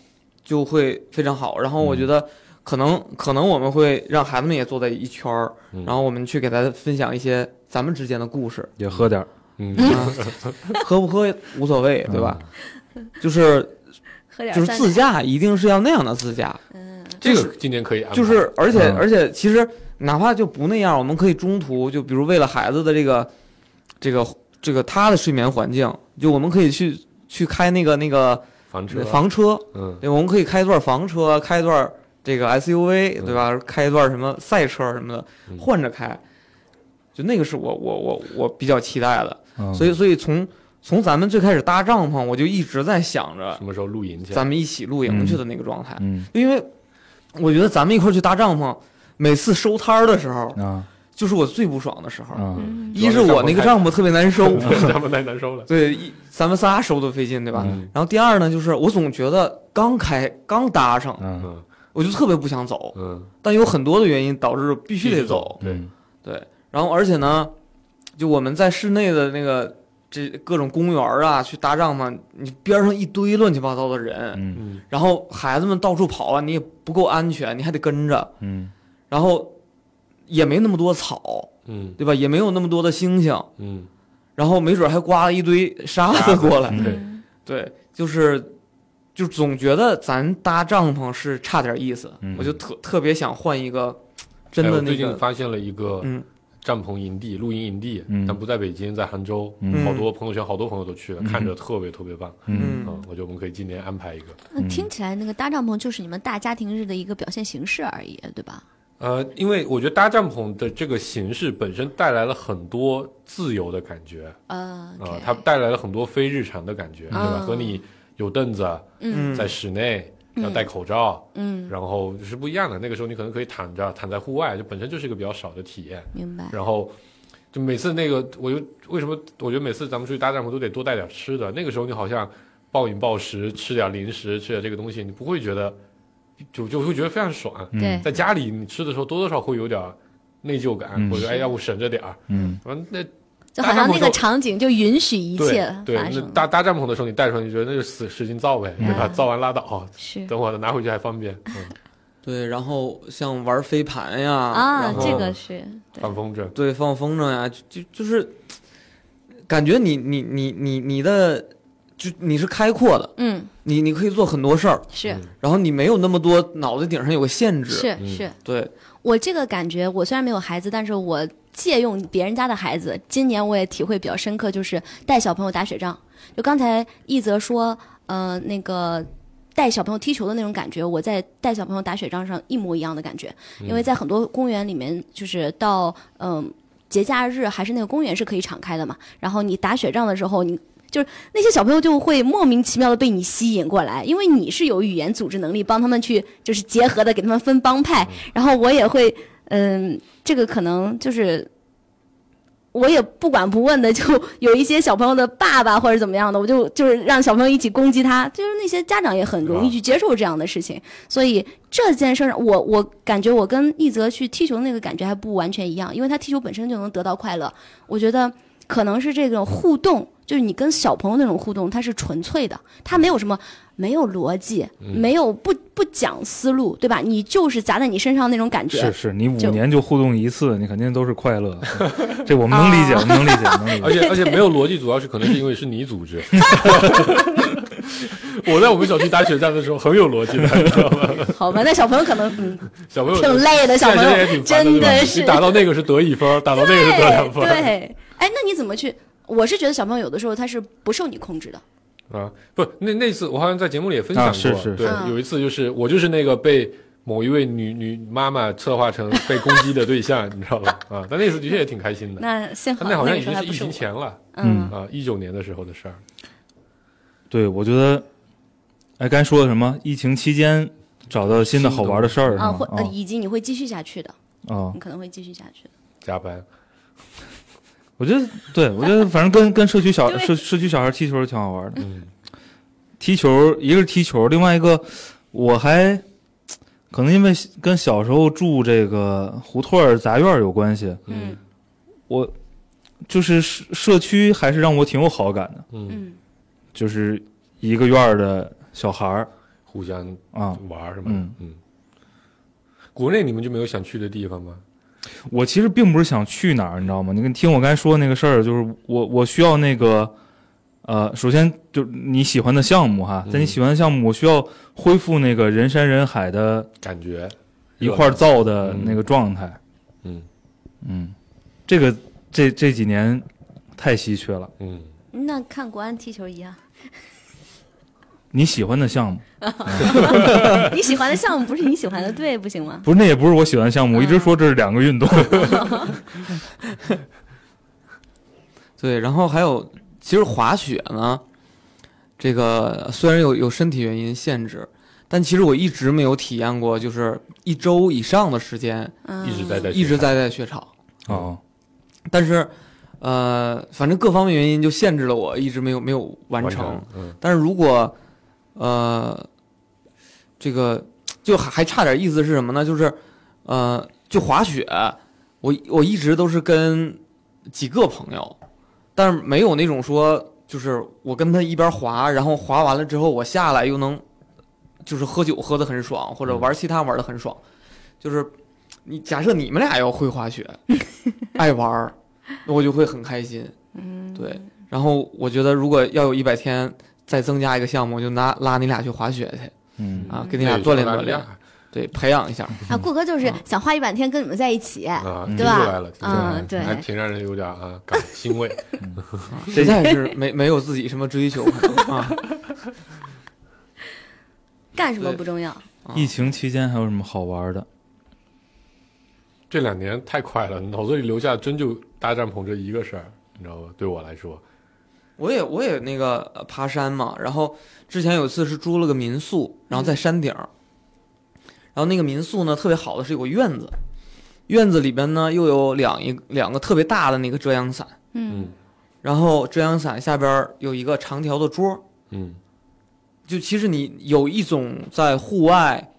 Speaker 1: 就会非常好，然后我觉得可能、可能我们会让孩子们也坐在一圈儿，
Speaker 3: 嗯
Speaker 1: 然后我们去给大家分享一些咱们之间的故事，
Speaker 2: 也喝点儿，
Speaker 3: 嗯，
Speaker 1: 啊、喝不喝无所谓，对吧？就是
Speaker 4: 喝点
Speaker 1: 就是
Speaker 4: 儿酸
Speaker 1: 自
Speaker 4: 奶，
Speaker 1: 驾一定是要那样的自驾，
Speaker 4: 嗯，
Speaker 3: 这个今年可以安排，
Speaker 1: 就是而且、
Speaker 2: 嗯
Speaker 1: 而且其实哪怕就不那样，我们可以中途就比如为了孩子的这个这个这个他的睡眠环境，就我们可以去去开那个那个
Speaker 3: 房车，
Speaker 1: 房车。
Speaker 3: 嗯
Speaker 1: 对，我们可以开一段房车，开一段这个 SUV，
Speaker 3: 嗯
Speaker 1: 对吧？开一段什么赛车什么的
Speaker 3: 嗯，
Speaker 1: 换着开，就那个是我我我我比较期待的。
Speaker 2: 嗯
Speaker 1: 所以所以从从咱们最开始搭帐篷，我就一直在想着
Speaker 3: 什么时候露营去？
Speaker 1: 咱们一起露营去的那个状态，
Speaker 2: 嗯
Speaker 1: 因为我觉得咱们一块儿去搭帐篷，每次收摊儿的时候，
Speaker 2: 啊
Speaker 1: 就是我最不爽的时候。
Speaker 2: 啊
Speaker 3: 嗯
Speaker 1: 一是我那个帐篷特别难收，
Speaker 3: 咱们太难受了，
Speaker 1: 对，一咱们仨收都费劲，对吧？
Speaker 3: 嗯
Speaker 1: 然后第二呢，就是我总觉得刚开刚搭上，
Speaker 2: 啊，
Speaker 3: 嗯
Speaker 1: 我就特别不想走，
Speaker 3: 嗯，
Speaker 1: 但有很多的原因导致必须得走。
Speaker 3: 对
Speaker 2: 嗯
Speaker 1: 对，然后而且呢，就我们在室内的那个这各种公园啊，去搭帐篷，你边上一堆乱七八糟的人，
Speaker 2: 嗯
Speaker 3: 嗯
Speaker 1: 然后孩子们到处跑啊，你也不够安全，你还得跟着，
Speaker 2: 嗯
Speaker 1: 然后也没那么多草，
Speaker 3: 嗯
Speaker 1: 对吧？也没有那么多的星星，
Speaker 3: 嗯，
Speaker 1: 然后没准还刮了一堆沙子过来。
Speaker 2: 嗯
Speaker 3: 对，
Speaker 1: 对，就是。就总觉得咱搭帐篷是差点意思，
Speaker 2: 嗯
Speaker 1: 我就特特别想换一个真
Speaker 3: 哎
Speaker 1: 的
Speaker 3: 我
Speaker 1: 那
Speaker 3: 最
Speaker 1: 个
Speaker 3: 近发现了一个
Speaker 1: 嗯
Speaker 3: 帐篷营地、露营营地
Speaker 2: 嗯，
Speaker 3: 但不在北京，在杭州，
Speaker 2: 嗯
Speaker 3: 好多朋友圈好多朋友都去了，看着特别特别棒。
Speaker 2: 嗯
Speaker 3: 嗯，我觉得我们可以今年安排一个。
Speaker 4: 那听起来那个搭帐篷就是你们大家庭日的一个表现形式而已，对吧？
Speaker 3: 呃，因为我觉得搭帐篷的这个形式本身带来了很多自由的感觉
Speaker 4: 呃
Speaker 3: 啊、
Speaker 4: ，OK，
Speaker 3: 它带来了很多非日常的感觉，对
Speaker 1: 啊
Speaker 3: 吧？和你有凳子
Speaker 4: 嗯
Speaker 3: 在室内，要戴口罩，
Speaker 4: 嗯，
Speaker 3: 然后就是不一样的。那个时候你可能可以躺着，躺在户外，就本身就是一个比较少的体验。
Speaker 4: 明白。
Speaker 3: 然后就每次那个，我就为什么我觉得每次咱们出去搭帐篷都得多带点吃的。那个时候你好像暴饮暴食，吃点零食，吃点这个东西，你不会觉得就就会觉得非常爽。
Speaker 4: 对，
Speaker 3: 在家里你吃的时候多多少少会有点内疚感，
Speaker 2: 嗯
Speaker 3: 或者哎要不省着点儿。
Speaker 2: 嗯
Speaker 3: 完那
Speaker 4: 就好
Speaker 3: 搭
Speaker 4: 像那
Speaker 3: 帐篷
Speaker 4: 个
Speaker 3: 就
Speaker 4: 场景就允许一切
Speaker 3: 对对
Speaker 4: 发，
Speaker 3: 那
Speaker 4: 生。
Speaker 3: 搭搭帐篷的时候你带出来，你觉得那就使使劲造呗，对吧？
Speaker 4: 嗯
Speaker 3: 造完拉倒，
Speaker 4: 是
Speaker 3: 等会儿拿回去还方便。嗯，
Speaker 1: 对，然后像玩飞盘呀，
Speaker 4: 啊，
Speaker 1: 然后
Speaker 4: 这个是对
Speaker 3: 放风筝。
Speaker 1: 对放风筝呀，就就就是感觉你你你你你的就你是开阔的，
Speaker 4: 嗯
Speaker 1: 你你可以做很多事儿，
Speaker 4: 是
Speaker 3: 嗯
Speaker 1: 然后你没有那么多脑袋顶上有个限制，
Speaker 4: 是
Speaker 3: 嗯
Speaker 4: 是，
Speaker 1: 对，
Speaker 4: 我这个感觉，我虽然没有孩子，但是我借用别人家的孩子，今年我也体会比较深刻，就是带小朋友打雪仗。就刚才一泽说，呃，那个带小朋友踢球的那种感觉，我在带小朋友打雪仗上一模一样的感觉，因为在很多公园里面，就是到嗯、节假日还是那个公园是可以敞开的嘛，然后你打雪仗的时候，你。就是那些小朋友就会莫名其妙的被你吸引过来，因为你是有语言组织能力，帮他们去就是结合的，给他们分帮派，然后我也会，嗯，这个可能就是。我也不管不问的，就 有一些小朋友的爸爸或者怎么样的，我就就是让小朋友一起攻击他，就是那些家长也很容易去接受这样的事情，所以这件事儿，我我感觉我跟一泽去踢球那个感觉还不完全一样，因为他踢球本身就能得到快乐，我觉得可能是这种互动，就是你跟小朋友那种互动，它是纯粹的，它没有什么没有逻辑，
Speaker 3: 嗯
Speaker 4: 没有不不讲思路，对吧？你就是砸在你身上那种感觉，
Speaker 2: 是是，你五
Speaker 4: 就
Speaker 2: 年就互动一次，你肯定都是快乐，嗯这我们能理解，我们能理解，能理
Speaker 3: 而
Speaker 2: 解。
Speaker 3: 且而且没有逻辑，主要是可能是因为是你组织。 我在我们小区打雪战的时候很有逻辑的，你知道吗？
Speaker 4: 好吧？那小朋友 可能嗯
Speaker 3: 小朋友
Speaker 4: 挺累的，小
Speaker 3: 现
Speaker 4: 朋
Speaker 3: 在也挺
Speaker 4: 友
Speaker 3: 烦
Speaker 4: 真
Speaker 3: 对吧
Speaker 4: 的是
Speaker 3: 你打到那个是得一分，打到那个是得两分。
Speaker 4: 对，哎，那你怎么去？我是觉得小朋友有的时候他是不受你控制的，
Speaker 3: 啊，不，那那次我好像在节目里也分享过，
Speaker 2: 啊是是
Speaker 3: 对
Speaker 4: 是嗯，
Speaker 3: 有一次就是我就是那个被某一位女女妈妈策划成被攻击的对象，你知道吧？啊，但那次的确也挺开心的。
Speaker 4: 那幸好
Speaker 3: 嗯但那好像
Speaker 4: 个
Speaker 3: 已
Speaker 4: 时
Speaker 3: 经
Speaker 4: 候还
Speaker 3: 是疫
Speaker 4: 不是
Speaker 3: 情
Speaker 4: 我，
Speaker 3: 前了
Speaker 4: 嗯
Speaker 3: 啊，一九年的时候的事儿。
Speaker 2: 对，我觉得，哎，刚才说的什么？疫情期间找到新的好玩的事儿是
Speaker 4: 啊，
Speaker 2: 吗哦
Speaker 4: 或呃，以及你会继续下去的，
Speaker 3: 嗯
Speaker 2: 啊啊！
Speaker 4: 你可能会继续下去的。
Speaker 3: 加班，
Speaker 2: 我觉得，对我觉得，反正跟跟社区小
Speaker 4: 对
Speaker 2: 社社区小孩踢球挺好玩的。
Speaker 3: 嗯，
Speaker 2: 踢球，一个是踢球，另外一个我还可能因为跟小时候住这个胡同儿杂院儿有关系，
Speaker 3: 嗯
Speaker 4: 嗯
Speaker 2: 我就是社社区还是让我挺有好感的，
Speaker 3: 嗯，
Speaker 4: 嗯
Speaker 2: 就是一个院儿的小孩儿
Speaker 3: 互相
Speaker 2: 啊。
Speaker 3: 玩儿是吧？
Speaker 2: 嗯
Speaker 3: 嗯。国内你们就没有想去的地方吗？
Speaker 2: 我其实并不是想去哪儿，你知道吗？你听我刚才说那个事儿，就是我我需要那个。呃，首先就是你喜欢的项目哈，在你
Speaker 3: 嗯
Speaker 2: 喜欢的项目，我需要恢复那个人山人海的
Speaker 3: 感觉，
Speaker 2: 一块儿造的那个状态。
Speaker 3: 嗯
Speaker 2: 嗯，这个这这几年太稀缺了。
Speaker 3: 嗯，
Speaker 4: 那看国安踢球一样，
Speaker 2: 你喜欢的项目，
Speaker 4: 你喜欢的项目不是你喜欢的队，不行吗？
Speaker 2: 不是那也不是我喜欢的项目，我一直
Speaker 4: 嗯
Speaker 2: 说这是两个运 动。
Speaker 1: 对，然后还有，其实滑雪呢，这个虽然有有身体原因限制，但其实我一直没有体验过，就是一周以上的时间
Speaker 4: 嗯，
Speaker 3: 一直在在
Speaker 1: 一直待在雪场。
Speaker 2: 哦，
Speaker 1: 但是，呃，反正各方面原因就限制了我，一直没有没有完
Speaker 3: 完
Speaker 1: 成。
Speaker 3: 成，嗯
Speaker 1: 但是如果，呃，这个就还还差点意思是什么呢？就是，呃，就滑雪，我我一直都是跟几个朋友，但是没有那种说，就是我跟他一边滑，然后滑完了之后我下来又能，就是喝酒喝得很爽，或者玩其他玩得很爽，就是你假设你们俩要会滑雪，爱玩儿，那我就会很开心。
Speaker 4: 嗯，
Speaker 1: 对，然后我觉得如果要有一百天再增加一个项目，就拿拉你俩去滑雪去
Speaker 2: 嗯，
Speaker 1: 啊
Speaker 4: 嗯，
Speaker 1: 给你俩
Speaker 3: 对
Speaker 1: 锻炼
Speaker 3: 拉
Speaker 1: 锻
Speaker 3: 力
Speaker 1: 炼，
Speaker 3: 啊
Speaker 1: 对，培养一 下。
Speaker 4: 啊，顾哥就是
Speaker 1: 嗯
Speaker 4: 想花一百天跟你们在一起，
Speaker 3: 啊，
Speaker 2: 嗯
Speaker 3: 听出
Speaker 4: 对吧
Speaker 3: 来了，听出来了
Speaker 4: 嗯对
Speaker 3: 还挺让人有点啊感欣慰。
Speaker 1: 啊实在是没没有自己什么追求可能啊，
Speaker 4: 干什么
Speaker 1: 对
Speaker 4: 不重要，
Speaker 1: 啊
Speaker 2: 疫情期间还有什么好玩的？
Speaker 3: 这两年太快了，脑子里留下真就搭帐篷这一个事儿，你知道吗？对我来说，
Speaker 1: 我也我也那个呃爬山嘛，然后之前有一次是租了个民宿，然后在山顶儿，然后那个民宿呢特别好的是有个院子，院子里边呢又有两一两个特别大的那个遮阳伞，
Speaker 4: 嗯
Speaker 3: 嗯
Speaker 1: 然后遮阳伞下边儿有一个长条的桌，
Speaker 3: 嗯
Speaker 1: 就其实你有一种在户外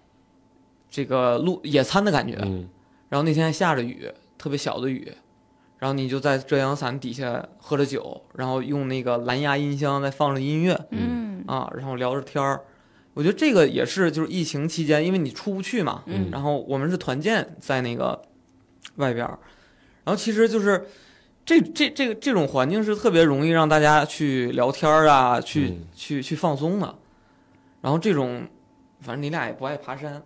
Speaker 1: 这个露野餐的感觉。
Speaker 3: 嗯
Speaker 1: 然后那天还下着雨，特别小的雨，然后你就在遮阳伞底下喝着酒，然后用那个蓝牙音箱再放着音乐
Speaker 4: 嗯
Speaker 1: 啊，然后聊着天儿。我觉得这个也是，就是疫情期间，因为你出不去嘛，
Speaker 4: 嗯
Speaker 1: 然后我们是团建在那个外边儿，然后其实就是这这这个这种环境是特别容易让大家去聊天儿啊，去、
Speaker 3: 嗯
Speaker 1: 去去放松的。然后这种，反正你俩也不爱爬山，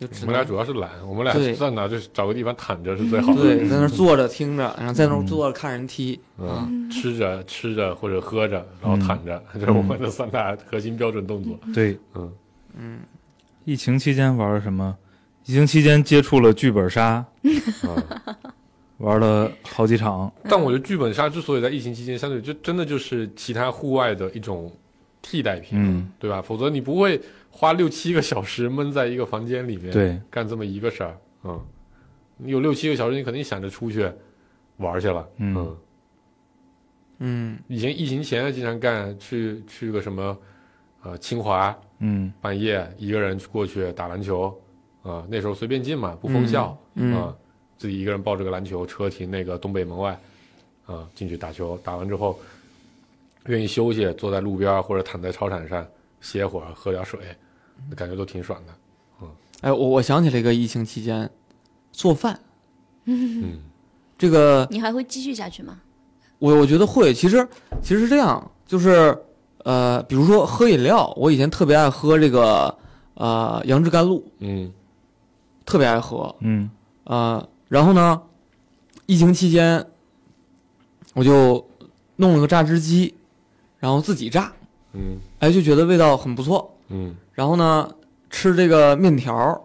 Speaker 1: 就只
Speaker 3: 我
Speaker 1: 能
Speaker 3: 们俩主要是懒，我们俩
Speaker 1: 对
Speaker 3: 在哪就找个地方躺着是最好的。
Speaker 1: 对，在那儿坐着听着，然后在那儿坐着看人踢。
Speaker 3: 嗯，吃着吃着或者喝着，然后躺着，这是我们的三大核心标准动作。
Speaker 2: 对，
Speaker 3: 嗯
Speaker 1: 嗯，
Speaker 2: 疫情期间玩了什么？疫情期间接触了剧本杀，
Speaker 1: 嗯
Speaker 3: 啊，
Speaker 2: 玩了好几场。
Speaker 3: 但我觉得剧本杀之所以在疫情期间相对就真的就是其他户外的一种替代品，
Speaker 2: 嗯，
Speaker 3: 对吧？否则你不会花六七个小时闷在一个房间里面，
Speaker 2: 对，
Speaker 3: 干这么一个事儿，嗯，你有六七个小时，你肯定想着出去玩儿去了，
Speaker 2: 嗯
Speaker 1: 嗯，
Speaker 3: 以前疫情前经常干，去去个什么，呃，清华
Speaker 2: 嗯
Speaker 3: 半夜一个人过去打篮球，啊、那时候随便进嘛，不封校，啊、
Speaker 1: 嗯
Speaker 3: 自己一个人抱着个篮球，车停那个东北门外，啊、进去打球，打完之后，愿意休息，坐在路边儿或者躺在操场上歇会儿，喝点水，感觉都挺爽的。
Speaker 1: 哎，我我想起来一个疫情期间做饭
Speaker 3: 嗯，
Speaker 1: 这个，
Speaker 4: 你还会继续下去吗？
Speaker 1: 我我觉得会。其实其实是这样，就是呃，比如说喝饮料，我以前特别爱喝这个呃杨枝甘露，
Speaker 3: 嗯
Speaker 1: 特别爱喝。
Speaker 2: 嗯
Speaker 1: 呃，然后呢，疫情期间我就弄了个榨汁机，然后自己榨，
Speaker 3: 嗯
Speaker 1: 哎，就觉得味道很不错。
Speaker 3: 嗯
Speaker 1: 然后呢，吃这个面条儿，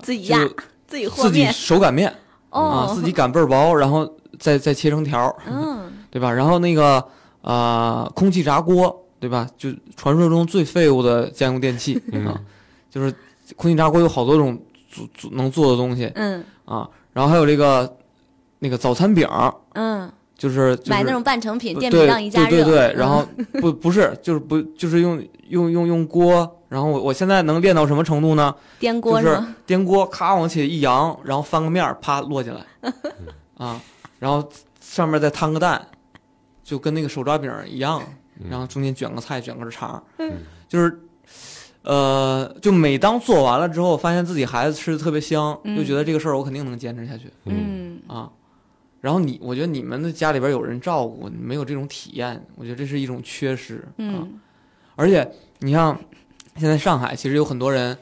Speaker 4: 自己
Speaker 1: 就
Speaker 4: 压
Speaker 1: 是，
Speaker 4: 自己和
Speaker 1: 自己
Speaker 4: 面
Speaker 1: 手擀面啊，
Speaker 4: 哦，
Speaker 1: 自己擀倍儿薄，然后再再切成条儿，
Speaker 4: 嗯，
Speaker 1: 对吧？然后那个呃，空气炸锅，对吧？就传说中最废物的家用电器啊，
Speaker 3: 嗯
Speaker 1: 就是空气炸锅有好多种做做能做的东西
Speaker 4: 嗯
Speaker 1: 啊，然后还有这个那个早餐饼儿，
Speaker 4: 嗯，
Speaker 1: 就是、就是、
Speaker 4: 买那种半成品，
Speaker 1: 对
Speaker 4: 电饼让一加
Speaker 1: 对
Speaker 4: 热，
Speaker 1: 对对，
Speaker 4: 嗯
Speaker 1: 然后不不是就是不就是用用用用锅，然后我我现在能练到什么程度呢？
Speaker 4: 颠
Speaker 1: 就
Speaker 4: 锅是
Speaker 1: 是
Speaker 4: 吗？
Speaker 1: 颠锅，咔往起一扬，然后翻个面儿，啪落进来， 啊，然后上面再摊个蛋，就跟那个手抓饼一样，然后中间卷个菜，卷个肠儿，
Speaker 4: 嗯
Speaker 1: 就是，呃，就每当做完了之后，发现自己孩子吃的特别香，
Speaker 4: 嗯
Speaker 1: 就觉得这个事儿我肯定能坚持下去
Speaker 3: 嗯
Speaker 4: 嗯，
Speaker 1: 啊。然后你，我觉得你们的家里边有人照顾，你没有这种体验，我觉得这是一种缺失。啊，
Speaker 4: 嗯，
Speaker 1: 而且你像现在上海，其实有很多人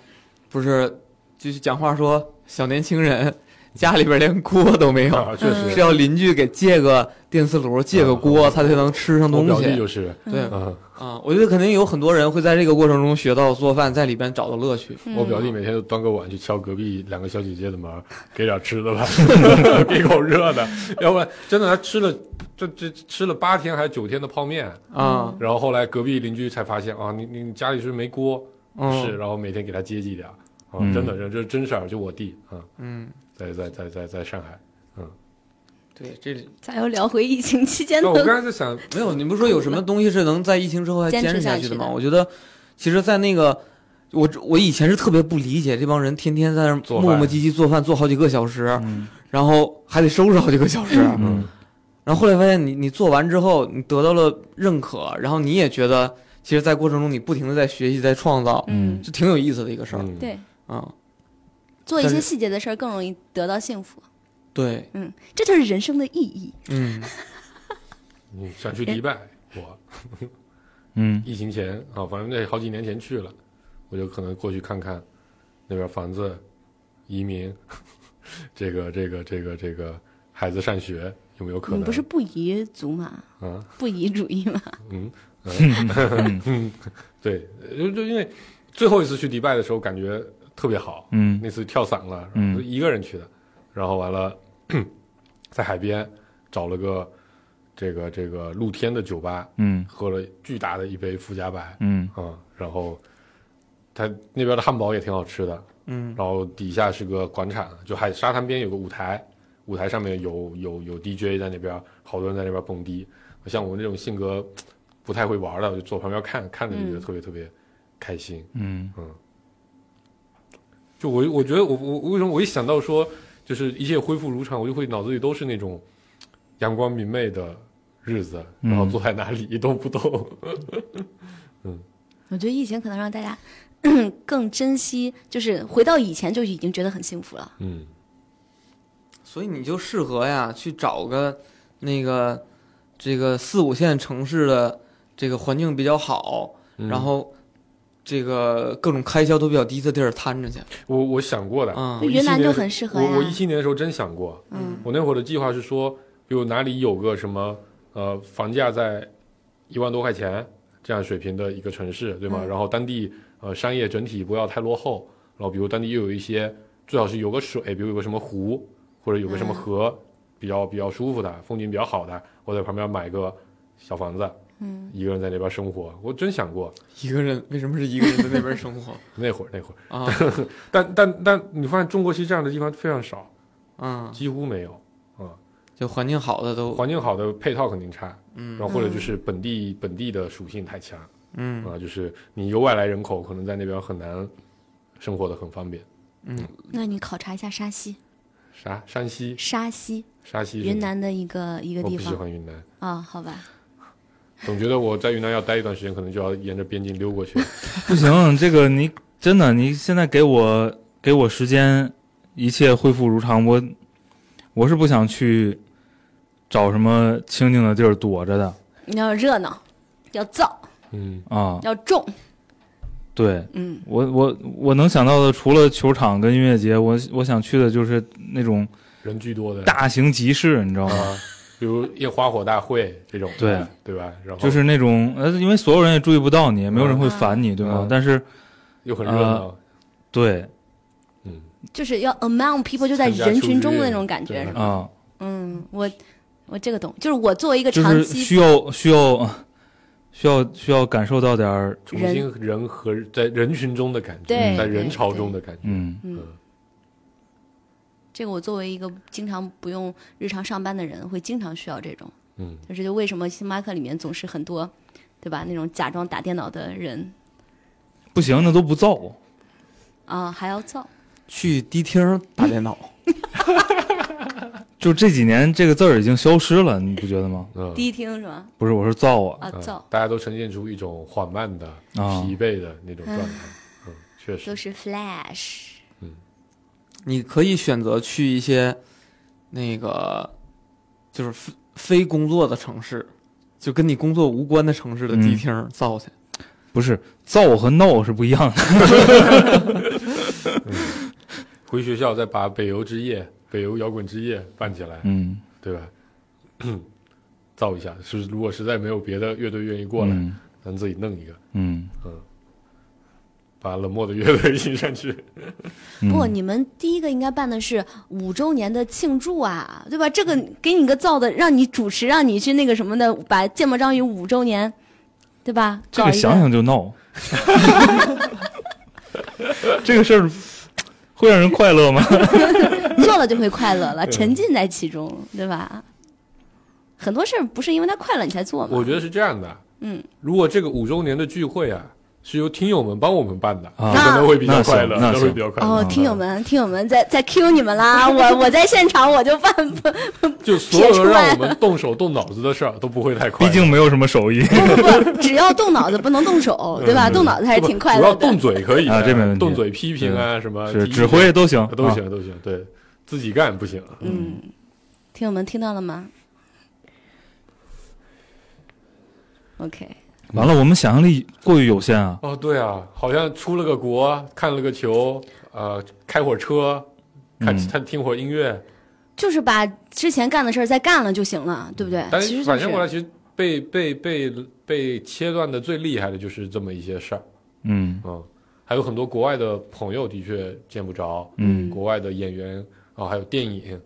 Speaker 1: 不是就是讲话说小年轻人家里边连锅都没有，
Speaker 3: 啊，确
Speaker 1: 是
Speaker 3: 实，
Speaker 1: 要邻居给借个电磁炉、借个锅，他才能吃上
Speaker 3: 我
Speaker 1: 东
Speaker 3: 表弟
Speaker 1: 西。
Speaker 3: 就是，
Speaker 1: 对啊、
Speaker 3: 嗯，
Speaker 1: 我觉得肯定有很多人会在这个过程中学到做饭，在里边找到乐趣。
Speaker 3: 我表弟每天都端个碗去敲隔壁两个小姐姐的门儿，给点吃的吧，给口热的，要不然真的他吃了这这吃了八天还是九天的泡面，
Speaker 1: 啊，
Speaker 3: 然后后来隔壁邻居才发现啊，你你你家里是不是没锅？
Speaker 1: 嗯，
Speaker 3: 是，，然后每天给他接济点儿，啊，
Speaker 2: 嗯
Speaker 3: 真的，这这真事儿，就我弟啊，
Speaker 1: 嗯，
Speaker 3: 在在在在在上海。
Speaker 1: 对，这里
Speaker 4: 咋又聊回疫情期间
Speaker 3: 那我刚
Speaker 4: 的？
Speaker 3: 才在想，
Speaker 1: 没有，你不是说有什么东西是能在疫情之后还
Speaker 4: 坚持
Speaker 1: 持
Speaker 4: 下
Speaker 1: 去
Speaker 4: 去
Speaker 1: 的
Speaker 4: 的
Speaker 1: 吗？我觉得，其实，在那个。我我以前是特别不理解这帮人天天在那儿
Speaker 3: 做
Speaker 1: 磨
Speaker 3: 饭
Speaker 1: 磨唧唧做饭，做好几个小时，
Speaker 2: 嗯
Speaker 1: 然后还得收拾好几个小时。
Speaker 2: 嗯
Speaker 1: 然后后来发现你，你做完之后，你得到了认可，然后你也觉得，其实，在过程中你不停的在学习，在创造，
Speaker 2: 嗯，
Speaker 1: 就挺有意思的一个事儿
Speaker 3: 嗯，
Speaker 4: 对，
Speaker 1: 啊、
Speaker 4: 做一
Speaker 1: 但
Speaker 4: 些
Speaker 1: 是
Speaker 4: 细节的事儿更容易得到幸福，
Speaker 1: 对，
Speaker 4: 嗯，这就是人生的意义。
Speaker 1: 嗯，
Speaker 3: 嗯想去迪拜，我
Speaker 2: 嗯
Speaker 3: 疫情前啊，反正那好几年前去了，我就可能过去看看那边房子、移民， 这个这个这个这个孩子上学有没有可
Speaker 4: 你
Speaker 3: 能？
Speaker 4: 嗯不是不移族嘛，
Speaker 3: 啊，
Speaker 4: 不移主义嘛？
Speaker 3: 嗯，嗯对，就就因为最后一次去迪拜的时候感觉特别好，
Speaker 2: 嗯
Speaker 3: 那次跳伞了，
Speaker 2: 嗯
Speaker 3: 一个人去的，然后完了 在海边找了个这个这个露天的酒吧，
Speaker 2: 嗯
Speaker 3: 喝了巨大的一杯富加白，
Speaker 2: 嗯
Speaker 3: 嗯，然后它那边的汉堡也挺好吃的，
Speaker 1: 嗯，
Speaker 3: 然后底下是个广场，就海沙滩边有个舞台，舞台上面有有有 DJ 在那边，好多人在那边蹦迪。像我这种性格不太会玩的，我就坐旁边看看着就觉得
Speaker 4: 嗯
Speaker 3: 特别特别开心。
Speaker 2: 嗯
Speaker 3: 就我我觉得我我我为什么我一想到说就是一切恢复如常，我就会脑子里都是那种阳光明媚的日子，然后
Speaker 2: 嗯
Speaker 3: 坐在那里一动不动。
Speaker 4: 我觉得疫情可能让大家 更珍惜，就是回到以前就已经觉得很幸福了。
Speaker 3: 嗯
Speaker 1: 所以你就适合呀，去找个那个这个四五线城市的这个环境比较好，
Speaker 3: 嗯
Speaker 1: 然后这个各种开销都比较低的地儿摊着去，
Speaker 3: 我我想过的，
Speaker 1: 嗯
Speaker 3: 我
Speaker 4: 云南
Speaker 3: 17年
Speaker 4: 就很适合哎呀
Speaker 3: 啊我我一七年的时候真想过，
Speaker 4: 嗯
Speaker 3: 我那会儿的计划是说，比如哪里有个什么呃房价在一万多块钱这样水平的一个城市，对吗？
Speaker 4: 嗯
Speaker 3: 然后当地呃商业整体不要太落后，然后比如当地又有一些最好是有个水，比如有个什么湖或者有个什么
Speaker 4: 嗯
Speaker 3: 河，比较比较舒服的，风景比较好的，我在旁边买个小房子，
Speaker 4: 嗯，
Speaker 3: 一个人在那边生活，我真想过
Speaker 1: 一个人为什么是一个人在那边生活
Speaker 3: 那会儿那会儿，
Speaker 1: 啊？
Speaker 3: 但但但你发现中国其实这样的地方非常少，
Speaker 1: 嗯，
Speaker 3: 几乎没有。啊。
Speaker 1: 就环境好的都，
Speaker 3: 环境好的配套肯定差，
Speaker 1: 嗯
Speaker 3: 然后或者就是本地本地的属性太强
Speaker 1: 嗯
Speaker 3: 啊，就是你有外来人口，可能在那边很难生活的很方便。
Speaker 1: 嗯，
Speaker 4: 那你考察一下沙溪，
Speaker 3: 啥山西
Speaker 4: 沙溪
Speaker 3: 沙西是吗
Speaker 4: 云南的一个一个
Speaker 3: 我
Speaker 4: 地
Speaker 3: 不喜
Speaker 4: 方
Speaker 3: 欢云南，
Speaker 4: 啊、好吧？
Speaker 3: 总觉得我在云南要待一段时间，可能就要沿着边境溜 过去。
Speaker 2: 不行，这个你真的，你现在给我给我时间，一切恢复如常，我我是不想去找什么清静的地儿躲着的
Speaker 4: 你要热闹，要燥，
Speaker 3: 嗯，
Speaker 2: 啊。
Speaker 4: 要重，
Speaker 2: 对
Speaker 4: 嗯，
Speaker 2: 我我我能想到的，除了球场跟音乐节，我我想去的就是那种
Speaker 3: 人巨多的
Speaker 2: 大型集市，你知道吗？
Speaker 3: 啊，比如夜花火大会这种，
Speaker 2: 对
Speaker 3: 对吧？然后
Speaker 2: 就是那种呃，因为所有人也注意不到你，也没有人会烦你，对吗
Speaker 3: 嗯？
Speaker 2: 但是
Speaker 3: 又很热
Speaker 2: 呃
Speaker 3: 闹，
Speaker 2: 对
Speaker 3: 嗯，
Speaker 4: 就是要 among people，就在
Speaker 3: 参加
Speaker 4: 人群
Speaker 3: 出
Speaker 4: 中的那
Speaker 3: 去
Speaker 4: 种感觉
Speaker 3: 对，
Speaker 4: 是吧？
Speaker 2: 啊，
Speaker 4: 嗯，我我这个懂，就是我作为一个
Speaker 2: 就
Speaker 4: 长
Speaker 2: 是
Speaker 4: 期
Speaker 2: 需要需要需要需要感受到点儿，
Speaker 3: 重新人和在人群中的感觉，
Speaker 4: 对
Speaker 3: 在人潮中的感觉，
Speaker 2: 嗯
Speaker 4: 嗯，这个我作为一个经常不用日常上班的人，会经常需要这种，
Speaker 3: 嗯，
Speaker 4: 就是就为什么星巴克里面总是很多，对吧？那种假装打电脑的人
Speaker 2: 不行，那都不造。
Speaker 4: 啊，还要造，
Speaker 1: 去迪厅打电脑，
Speaker 2: 就这几年这个字儿已经消失了，你不觉得吗？
Speaker 3: 嗯
Speaker 4: 迪厅是吧？
Speaker 2: 不是，我说造啊，
Speaker 4: 啊，
Speaker 3: 嗯
Speaker 4: 造
Speaker 3: 大家都呈现出一种缓慢的、
Speaker 2: 啊
Speaker 3: 疲惫的那种状态。嗯，确
Speaker 4: 都
Speaker 3: 实，
Speaker 4: 是 Flash，
Speaker 1: 你可以选择去一些那个就是非非工作的城市，就跟你工作无关的城市的迪厅造去。
Speaker 2: 不是造和闹是不一样的。
Speaker 3: 回学校再把北邮之夜、北邮摇滚之夜办起来，
Speaker 2: 嗯，
Speaker 3: 对吧？ 造一下，是如果实在没有别的乐队愿意过来，
Speaker 2: 嗯
Speaker 3: 咱自己弄一个，
Speaker 2: 嗯，
Speaker 3: 把冷漠的乐队引上去。
Speaker 2: 嗯
Speaker 4: 不，你们第一个应该办的是五周年的庆祝啊，对吧？这个
Speaker 2: 嗯
Speaker 4: 给你个造的，让你主持，让你去那个什么的，把《芥末章鱼》五周年，对吧？
Speaker 2: 这
Speaker 4: 搞一
Speaker 2: 个想想就闹。 这个事儿会让人快 乐吗？
Speaker 4: 做了就会快乐 了，沉浸在其中，对吧？很多事儿不是因为他快乐你才做嘛。
Speaker 3: 我觉得是这样的，
Speaker 4: 嗯，
Speaker 3: 如果这个五周年的聚会啊，是由听友们帮我们办的，
Speaker 2: 啊
Speaker 3: 可能会比较
Speaker 2: 那行
Speaker 3: 快乐，
Speaker 2: 那行
Speaker 3: 会比较快乐。
Speaker 4: 哦，听友们，听友们在在 Q 你们啦！我我在现场我就办不
Speaker 3: 就所有
Speaker 4: 撇出来
Speaker 3: 让我们动手动脑子的事儿都不会太快
Speaker 2: 毕
Speaker 3: 乐，
Speaker 2: 竟没有什么手艺
Speaker 4: 不不不，只要动脑子不能动手， 对吧？动脑子还是挺快
Speaker 3: 嗯主
Speaker 4: 乐
Speaker 3: 要
Speaker 4: 的。
Speaker 3: 动嘴可以
Speaker 2: 啊这没问题
Speaker 3: 动嘴批评啊什么
Speaker 2: 是
Speaker 3: 提意见
Speaker 2: 指挥都行，
Speaker 3: 都
Speaker 2: 啊
Speaker 3: 行都行，对自己干不行。
Speaker 4: 嗯，听友们听到了吗？OK，
Speaker 2: 完了，我们想象力过于有限啊。
Speaker 3: 哦，对啊，好像出了个国，看了个球，呃，开会儿车，看
Speaker 2: 嗯
Speaker 3: 看听会儿音乐，
Speaker 4: 就是把之前干的事儿再干了就行了，对不
Speaker 2: 哎
Speaker 4: 对？
Speaker 3: 但
Speaker 4: 其
Speaker 3: 是
Speaker 4: 实就
Speaker 3: 反正过来，
Speaker 4: 是
Speaker 3: 其实被被被被切断的最厉害的就是这么一些事儿。
Speaker 2: 嗯
Speaker 3: 嗯，还有很多国外的朋友的确见不着，
Speaker 2: 嗯
Speaker 3: 国外的演员啊，还有电影，北影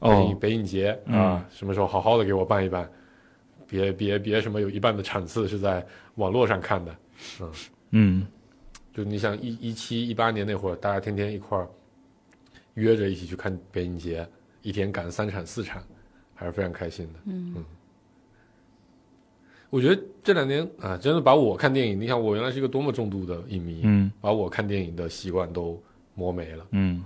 Speaker 2: 哦，
Speaker 3: 北影节啊、
Speaker 2: 嗯
Speaker 3: 什么时候好好的给我办一办，别别别什么有一半的场次是在网络上看的，
Speaker 2: 嗯
Speaker 3: 就你想一一七一八年那会儿，大家天天一块儿约着一起去看北影节，一天赶三场四场，还是非常开心的。嗯我觉得这两年啊，真的把我看电影，你想我原来是一个多么重度的影迷，
Speaker 2: 嗯
Speaker 3: 把我看电影的习惯都磨没了。
Speaker 2: 嗯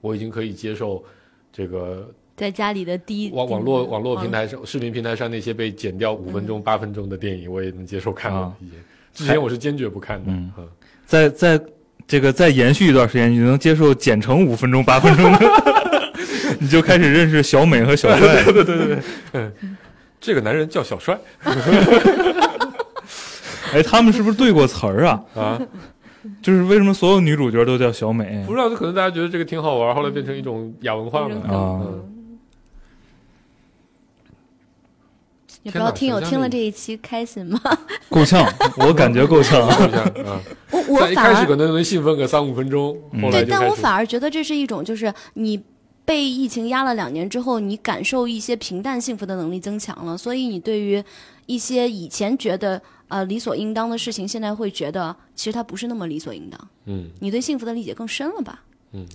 Speaker 3: 我已经可以接受这个
Speaker 4: 在家里的第一嗯哦
Speaker 3: 网网络网络平台上、视频平台上那些被剪掉五分钟、八分钟的电影，我也能接受看了
Speaker 2: 啊。
Speaker 3: 已经之前我是坚决不看的。
Speaker 2: 嗯
Speaker 3: 嗯
Speaker 2: 再再这个再延续一段时间，你能接受剪成五分钟、八分钟的， 你就开始认识小美和小帅。
Speaker 3: 这个男人叫小帅
Speaker 2: 哎，他们是不是对过词儿啊？
Speaker 3: 啊，
Speaker 2: 就是为什么所有女主角都叫小美
Speaker 3: 不？知道可能大家觉得这个挺好玩，后来变成一种亚文化
Speaker 4: 一种
Speaker 3: 了。
Speaker 4: 梗
Speaker 2: 啊
Speaker 4: 嗯也不知
Speaker 3: 天哪
Speaker 4: 道听友
Speaker 3: 想象
Speaker 4: 听了
Speaker 3: 力
Speaker 4: 这一期开心吗？
Speaker 2: 够呛，我感觉够呛。
Speaker 3: 是不是啊？
Speaker 4: 我我
Speaker 3: 在一
Speaker 4: 反
Speaker 3: 开始
Speaker 4: 而
Speaker 3: 可能能兴奋个三五分钟，后来
Speaker 4: 对，
Speaker 3: 就
Speaker 4: 但
Speaker 3: 开
Speaker 4: 我
Speaker 3: 始
Speaker 4: 反而觉得这是一种，就是你被疫情压了两年之后，你感受一些平淡幸福的能力增强了，所以你对于一些以前觉得呃理所应当的事情，现在会觉得其实它不是那么理所应当，
Speaker 3: 嗯
Speaker 4: 你对幸福的理解更深了吧？
Speaker 3: 嗯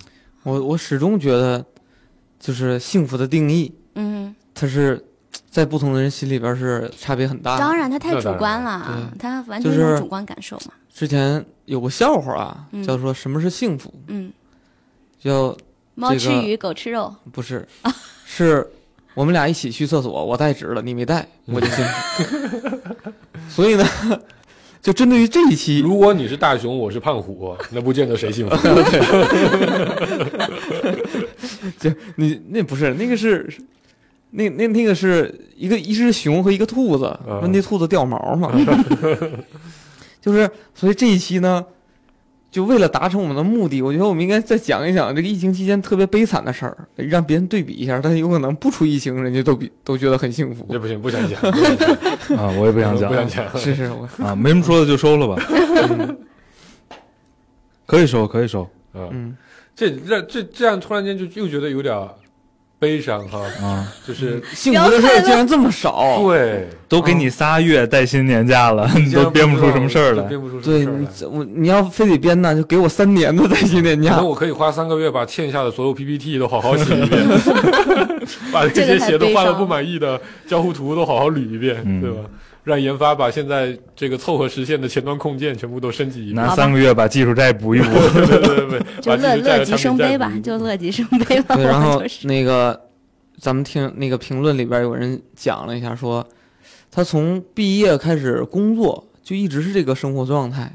Speaker 1: 我我始终觉得，就是幸福的定义，
Speaker 4: 嗯，
Speaker 1: 它是在不同的人心里边是差别很大的。
Speaker 4: 当然，它太
Speaker 3: 那
Speaker 4: 主
Speaker 3: 当
Speaker 4: 观
Speaker 3: 然
Speaker 4: 了啊，它完
Speaker 1: 嗯就
Speaker 4: 全是
Speaker 1: 是
Speaker 4: 主观感受嘛。
Speaker 1: 之前有个笑话啊
Speaker 4: 嗯，
Speaker 1: 叫做什么是幸福？
Speaker 4: 嗯，
Speaker 1: 叫
Speaker 4: 猫
Speaker 1: 这
Speaker 4: 吃
Speaker 1: 个
Speaker 4: 鱼，狗吃肉，
Speaker 1: 不是，是我们俩一起去厕所，我带纸了，你没带，我就信。所以呢， 就针对于这一期，
Speaker 3: 如果你是大熊，我是胖虎，那不见得谁幸福。
Speaker 1: 就你那不是那个是，那那那个是一个一只熊和一个兔子，
Speaker 3: 嗯
Speaker 1: 问题兔子掉毛 嘛，就是所以这一期呢，就为了达成我们的目的，我觉得我们应该再讲一讲这个疫情期间特别悲惨的事儿，让别人对比一下，但有可能不出疫情，人家都比都觉得很幸福。
Speaker 3: 这不行，不想讲，
Speaker 2: 啊，我也不想讲，
Speaker 3: 不想讲。
Speaker 1: 是是，我
Speaker 2: 啊，没什么说的就收了吧， 可以收，可以收
Speaker 3: 嗯，
Speaker 1: 嗯，
Speaker 3: 这这这这样突然间就又觉得有点悲伤哈，
Speaker 2: 啊，
Speaker 3: 就是
Speaker 1: 幸福的事儿竟然这么少。
Speaker 3: 对，
Speaker 2: 都给你仨月带薪年假了，你啊嗯都编不出什么事儿
Speaker 3: 了，
Speaker 2: 来。
Speaker 3: 编不出什么
Speaker 1: 对
Speaker 3: 事儿
Speaker 1: 你
Speaker 3: 来。
Speaker 1: 这我你要非得编呢，就给我三年的带薪年
Speaker 3: 可
Speaker 1: 假
Speaker 3: 能。我可以花三个月把欠下的所有 PPT 都好好写一 遍， 把这些写的画的不满意的交互图都好好捋一遍，
Speaker 2: 嗯
Speaker 3: 对吧？让研发把现在这个凑合实现的前端控件全部都升级一遍。
Speaker 2: 拿三个月把技术债补一补，
Speaker 3: 对对对对，
Speaker 4: 就
Speaker 3: 把
Speaker 4: 乐
Speaker 3: 自己带
Speaker 4: 乐
Speaker 3: 的
Speaker 4: 极
Speaker 3: 产
Speaker 4: 生
Speaker 3: 品
Speaker 4: 悲
Speaker 3: 再
Speaker 4: 吧
Speaker 3: 补一，嗯
Speaker 4: 就乐极生悲吧。
Speaker 1: 对，然
Speaker 4: 我
Speaker 1: 后
Speaker 4: 就是
Speaker 1: 那个咱们听那个评论里边有人讲了一下说，他从毕业开始工作就一直是这个生活状态，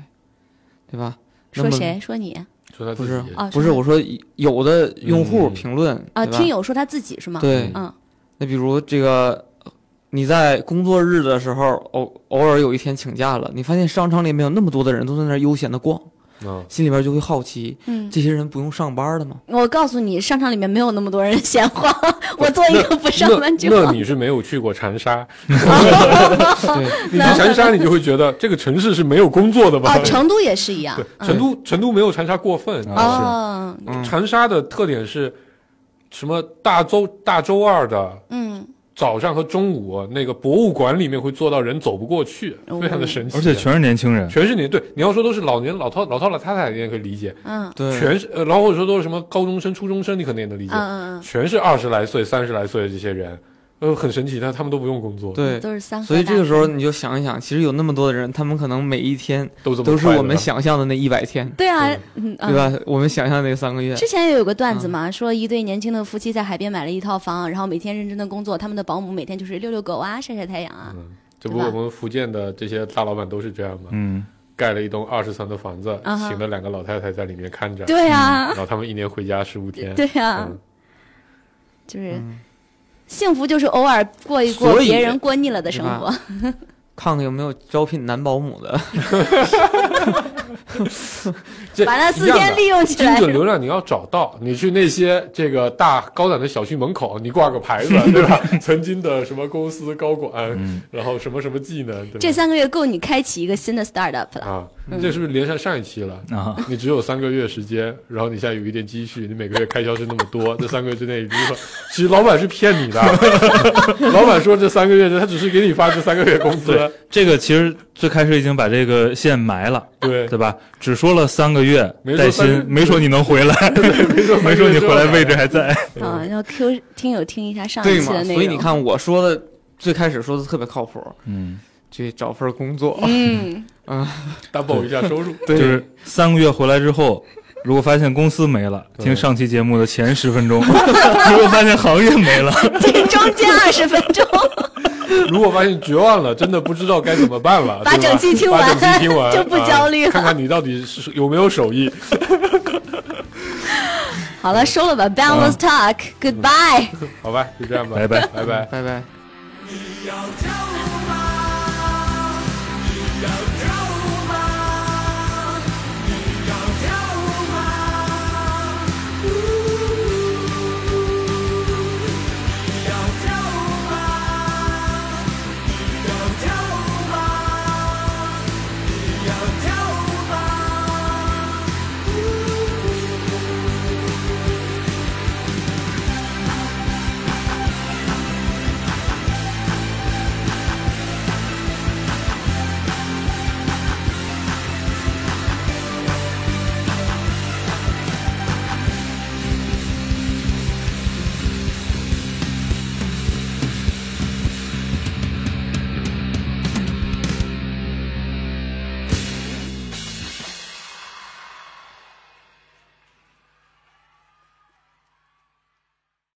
Speaker 1: 对吧？那
Speaker 4: 说
Speaker 1: 么
Speaker 4: 谁说你
Speaker 3: 说他
Speaker 1: 不
Speaker 3: 自
Speaker 1: 是
Speaker 3: 己
Speaker 4: 哦，
Speaker 1: 不是我说有的用户
Speaker 3: 嗯
Speaker 1: 评论、
Speaker 4: 啊，
Speaker 1: 对吧
Speaker 4: 听友说他自己是吗？
Speaker 1: 对，
Speaker 4: 嗯，
Speaker 1: 那比如这个你在工作日的时候偶偶尔有一天请假了，你发现商场里面有那么多的人都在那儿悠闲的逛，
Speaker 3: 嗯，
Speaker 1: 心里边就会好奇，
Speaker 4: 嗯，
Speaker 1: 这些人不用上班 的吗？
Speaker 4: 我告诉你，商场里面没有那么多人闲 话。我做一个不上班就
Speaker 3: 哦那
Speaker 4: 好。
Speaker 3: 你是没有去过长 沙，
Speaker 1: 对，
Speaker 3: 你去长沙你就会觉得这个城市是没有工作的吧
Speaker 4: 哦，？成都也是一 样
Speaker 3: 对。，成
Speaker 4: 嗯
Speaker 3: 都成都没有长沙过分。
Speaker 2: 啊
Speaker 4: 哦，
Speaker 1: 嗯，
Speaker 3: 长沙的特点是什么？大周大周二的
Speaker 4: 嗯，
Speaker 3: 早上和中午，那个博物馆里面会坐到人走不过去，
Speaker 4: 哦
Speaker 3: 非常的神奇。啊
Speaker 2: 而且全是年轻人，
Speaker 3: 全是年对，你要说都是老年老套老套老太太，你也可以理解。
Speaker 4: 嗯，
Speaker 1: 对，
Speaker 3: 全是呃，然后或者说都是什么高中生、初中生，你可能也能理
Speaker 4: 嗯
Speaker 3: 解。
Speaker 4: 嗯
Speaker 3: 全是二十来岁、三十来岁的这些人，呃，很神奇，但他们都不用工作，
Speaker 1: 对
Speaker 4: 嗯，，都是三合
Speaker 1: 所以这个时候
Speaker 4: 大，
Speaker 1: 你就想一想，其实有那么多的人，他们可能每一天
Speaker 3: 都这么
Speaker 1: 都是
Speaker 3: 快乐
Speaker 1: 我们想象的那一百天，
Speaker 4: 对啊
Speaker 3: 对，
Speaker 4: 嗯，
Speaker 1: 对吧？我们想象那三个月
Speaker 4: 嗯？，之前也有个段子嘛，说一对年轻的夫妻在海边买了一套房，然后每天认真的工作，他们的保姆每天就是遛遛狗啊，晒晒太阳啊。
Speaker 3: 嗯，这不
Speaker 4: 对
Speaker 3: 我
Speaker 4: 吧
Speaker 3: 们福建的这些大老板都是这样吗？
Speaker 2: 嗯，
Speaker 3: 盖了一栋二十层的房子，
Speaker 4: 啊哈
Speaker 3: 请了两个老太太在里面看着，
Speaker 4: 对啊
Speaker 1: 嗯
Speaker 3: 然，后他们一年回家十五天，
Speaker 4: 对啊
Speaker 3: 嗯，
Speaker 4: 就是
Speaker 1: 嗯
Speaker 4: 幸福就是偶尔过一过
Speaker 1: 所以
Speaker 4: 别人过腻了的生活。
Speaker 1: 看看有没有招聘男保姆的。
Speaker 3: 这
Speaker 4: 把那
Speaker 3: 一
Speaker 4: 四
Speaker 3: 样的
Speaker 4: 天利用起
Speaker 3: 精
Speaker 4: 来。
Speaker 3: 准流量你要找到，你去那些这个大高档的小区门口，你挂个牌子，对吧？曾经的什么公司高管，
Speaker 2: 嗯
Speaker 3: 然后什么什么技能，对吧？
Speaker 4: 这嗯三个月够你开启一个新的 startup 了。
Speaker 3: 啊，这是不是连上上一期了？
Speaker 2: 啊，
Speaker 3: 你只有三个月时间，然后你现在有一点积蓄，你每个月开销是那么多，这三个月之内你说，其实老板是骗你的， 老板说这三个月他只是给你发这三个月工资，
Speaker 2: 对，这个其实最开始已经把这个线埋了，
Speaker 3: 对，
Speaker 2: 对吧？只说了三个月
Speaker 3: 没说
Speaker 2: 带
Speaker 3: 三个
Speaker 2: 薪，没说你能回来，
Speaker 3: 没说
Speaker 2: 没说你回来位置还在，
Speaker 4: 啊，要 Q 听友听一下上
Speaker 1: 对
Speaker 4: 一期
Speaker 1: 嘛
Speaker 4: 的内？容。
Speaker 1: 所以你，看我说的，最开始说的特别靠谱，
Speaker 2: 嗯，
Speaker 1: 去找份工作，
Speaker 4: 嗯，
Speaker 3: double 一下 收入，
Speaker 1: 对，
Speaker 2: 就是三个月回来之后。如果发现公司没了，
Speaker 3: 对
Speaker 2: 听上期节目的前十分钟；如果发现行业没了，
Speaker 4: 这中间二十分钟，
Speaker 3: 如果发现绝望了，真的不知道该怎么办了，
Speaker 4: 把
Speaker 3: 对吧
Speaker 4: 整期听完
Speaker 3: 把整期听完
Speaker 4: 就不焦虑了
Speaker 3: 啊看看你到底是有没有手艺。
Speaker 4: 好了，收了吧，Balance
Speaker 1: 啊
Speaker 4: Talk，Goodbye。
Speaker 3: 好吧，就这样吧，
Speaker 2: 拜拜
Speaker 3: 拜拜。
Speaker 1: 拜拜。
Speaker 5: 你要跳舞。